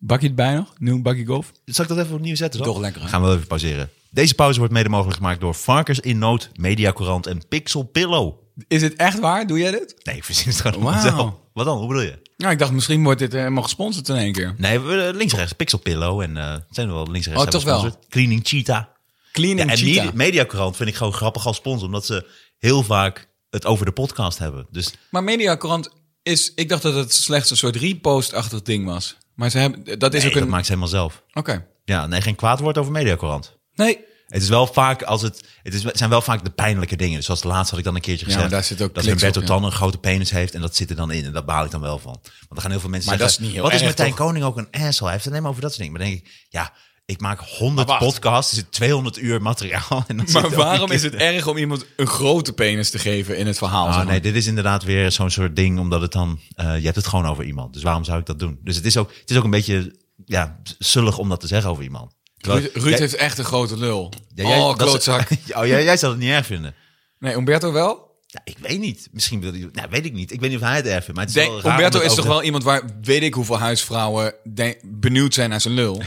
Speaker 2: Bakje erbij nog? Nieuw bakje golf?
Speaker 3: Zal ik dat even opnieuw zetten? Zo?
Speaker 2: Toch lekker, hè?
Speaker 3: Gaan we wel even pauzeren. Deze pauze wordt mede mogelijk gemaakt door Varkens in Nood, Mediacorant en Pixel Pillow.
Speaker 2: Is het echt waar? Doe jij dit?
Speaker 3: Nee, ik verzin het gewoon
Speaker 2: Wauw.
Speaker 3: vanzelf. Wat dan? Hoe bedoel je?
Speaker 2: Nou, ik dacht misschien wordt dit eh, helemaal gesponsord in één keer.
Speaker 3: Nee, we- eh, links en rechts Pixel Pillow en eh, zijn er wel links en rechts.
Speaker 2: Oh, toch wel.
Speaker 3: gesponsord. Cleaning Cheetah.
Speaker 2: Clean
Speaker 3: Ja,
Speaker 2: and
Speaker 3: en
Speaker 2: Cheetah.
Speaker 3: Medi- Mediacorant vind ik gewoon grappig als sponsor, omdat ze heel vaak het over de podcast hebben. Dus
Speaker 2: Maar Mediacorant is... Ik dacht dat het slechts een soort repost-achtig ding was. Maar ze hebben... Dat is
Speaker 3: nee,
Speaker 2: ook
Speaker 3: dat
Speaker 2: een...
Speaker 3: maakt ze helemaal zelf.
Speaker 2: Oké.
Speaker 3: Ja, nee, geen kwaad woord over Mediacorant. *laughs*
Speaker 2: Nee.
Speaker 3: Het is wel vaak als het. Het, is, het zijn wel vaak de pijnlijke dingen. Dus zoals laatst had ik dan een keertje
Speaker 2: Ja,
Speaker 3: gezegd.
Speaker 2: maar daar zit ook
Speaker 3: dat
Speaker 2: kliks
Speaker 3: Roberto
Speaker 2: op, ja.
Speaker 3: Tan een grote penis heeft. En dat zit er dan in. En daar baal ik dan wel van. Want dan gaan heel veel mensen
Speaker 2: Maar dat
Speaker 3: zeggen.
Speaker 2: is niet heel
Speaker 3: wat is
Speaker 2: erg,
Speaker 3: Martijn
Speaker 2: toch?
Speaker 3: Koning ook een asshole? Hij heeft het alleen maar over dat soort dingen. Maar dan denk ik, ja, ik maak 100
Speaker 2: Maar wacht.
Speaker 3: podcasts. Er zit 200 uur materiaal. En *laughs* dan zit
Speaker 2: Maar
Speaker 3: er ook
Speaker 2: waarom
Speaker 3: een
Speaker 2: is het
Speaker 3: keer-
Speaker 2: erg om iemand een grote penis te geven in het verhaal? zeg
Speaker 3: Ah,
Speaker 2: maar?
Speaker 3: nee, dit is inderdaad weer zo'n soort ding, omdat het dan... eh, je hebt het gewoon over iemand, dus waarom zou ik dat doen? Dus het is ook, het is ook een beetje ja, zullig om dat te zeggen over iemand. Terwijl-
Speaker 2: Ruud, Ruud
Speaker 3: jij-
Speaker 2: heeft echt een grote lul.
Speaker 3: ja, jij-
Speaker 2: oh,
Speaker 3: dat is- *laughs*
Speaker 2: klootzak.
Speaker 3: oh, jij, jij zou het niet erg vinden.
Speaker 2: Nee, Umberto wel?
Speaker 3: Ja, Nou, ik weet niet. Misschien wil hij... Nou, weet ik niet. Ik weet niet of hij het erg vindt, maar het is
Speaker 2: Denk,
Speaker 3: wel raar om
Speaker 2: Umberto
Speaker 3: dat
Speaker 2: is
Speaker 3: over
Speaker 2: toch
Speaker 3: te-
Speaker 2: wel iemand waar weet ik hoeveel huisvrouwen de- benieuwd zijn naar zijn
Speaker 3: *laughs*
Speaker 2: lul.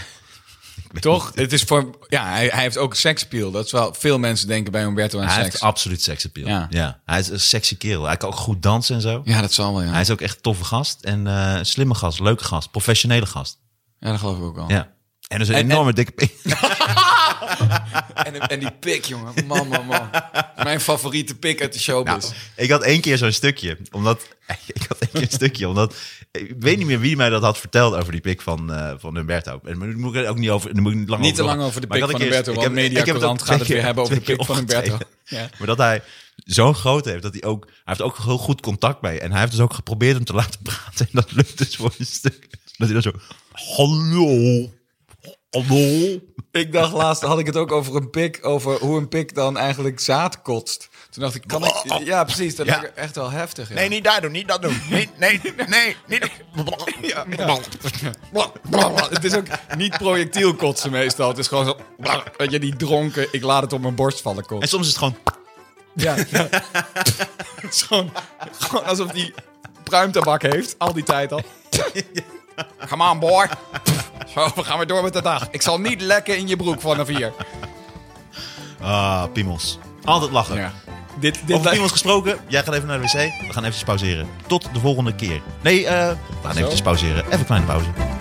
Speaker 2: toch? Het is voor, ja, hij, hij heeft ook sekspiel. Dat is wel veel mensen denken bij Umberto aan
Speaker 3: Hij
Speaker 2: seks.
Speaker 3: heeft absoluut seksappeal.
Speaker 2: Ja.
Speaker 3: Ja. Hij is een sexy kerel. Hij kan ook goed dansen en zo.
Speaker 2: Ja, dat zal wel, ja.
Speaker 3: Hij is ook echt een toffe gast en eh, een slimme gast, leuke gast, professionele gast.
Speaker 2: Ja, dat geloof ik ook wel.
Speaker 3: Ja. En dus een
Speaker 2: Oh. En- en-
Speaker 3: enorme dikke pik.
Speaker 2: En, en die pik, jongen. Man, man, man. Mijn favoriete pik uit de showbiz.
Speaker 3: Nou, ik had één keer zo'n stukje, omdat *laughs* ik had één keer een stukje, omdat ik weet niet meer wie mij dat had verteld over die pik van eh van Humberto. En nu moet ik er ook niet over, nu moet ik niet lang
Speaker 2: Niet te
Speaker 3: over
Speaker 2: lang over de
Speaker 3: Maar ik
Speaker 2: pik
Speaker 3: had
Speaker 2: van
Speaker 3: een keer-
Speaker 2: Humberto,
Speaker 3: ik
Speaker 2: want
Speaker 3: heb- ik heb het
Speaker 2: Mediacorant
Speaker 3: ook
Speaker 2: gaat het
Speaker 3: twee
Speaker 2: weer
Speaker 3: keer-
Speaker 2: hebben over de
Speaker 3: twee
Speaker 2: pik van
Speaker 3: keer
Speaker 2: Humberto.
Speaker 3: opgeschreven.
Speaker 2: Ja.
Speaker 3: Maar dat hij zo'n grote heeft, dat hij ook, hij heeft ook heel goed contact mee. En hij heeft dus ook geprobeerd hem te laten praten. *laughs* En dat lukt dus voor een stuk. Dat hij dan zo, hallo, hallo.
Speaker 2: Ik dacht laatst, had ik het ook over een pik, over hoe een pik dan eigenlijk zaad kotst. Toen dacht ik, kan ik... Ja, precies, dat
Speaker 3: Oh. Ja.
Speaker 2: is echt wel heftig. ja.
Speaker 3: niet daar doen, niet dat doen. Nee, nee, nee, niet.
Speaker 2: Het is ook niet projectiel kotsen meestal. Het is gewoon zo... Weet je, die dronken, ik laat het op mijn borst vallen
Speaker 3: En
Speaker 2: kot.
Speaker 3: soms is het gewoon,
Speaker 2: Ja. *laughs* ja. Het is gewoon, gewoon alsof die pruimtabak heeft, al die tijd al. Come on, boy. Zo, we gaan weer door met de dag. Ik zal niet lekken in je broek vanaf hier.
Speaker 3: ah, piemels. Altijd lachen.
Speaker 2: Ja. Dit, dit
Speaker 3: Over
Speaker 2: lijkt-
Speaker 3: piemels gesproken, jij gaat even naar de wc. We gaan eventjes pauzeren. Tot de volgende keer. Nee, eh, we gaan eventjes pauzeren. Even een kleine pauze.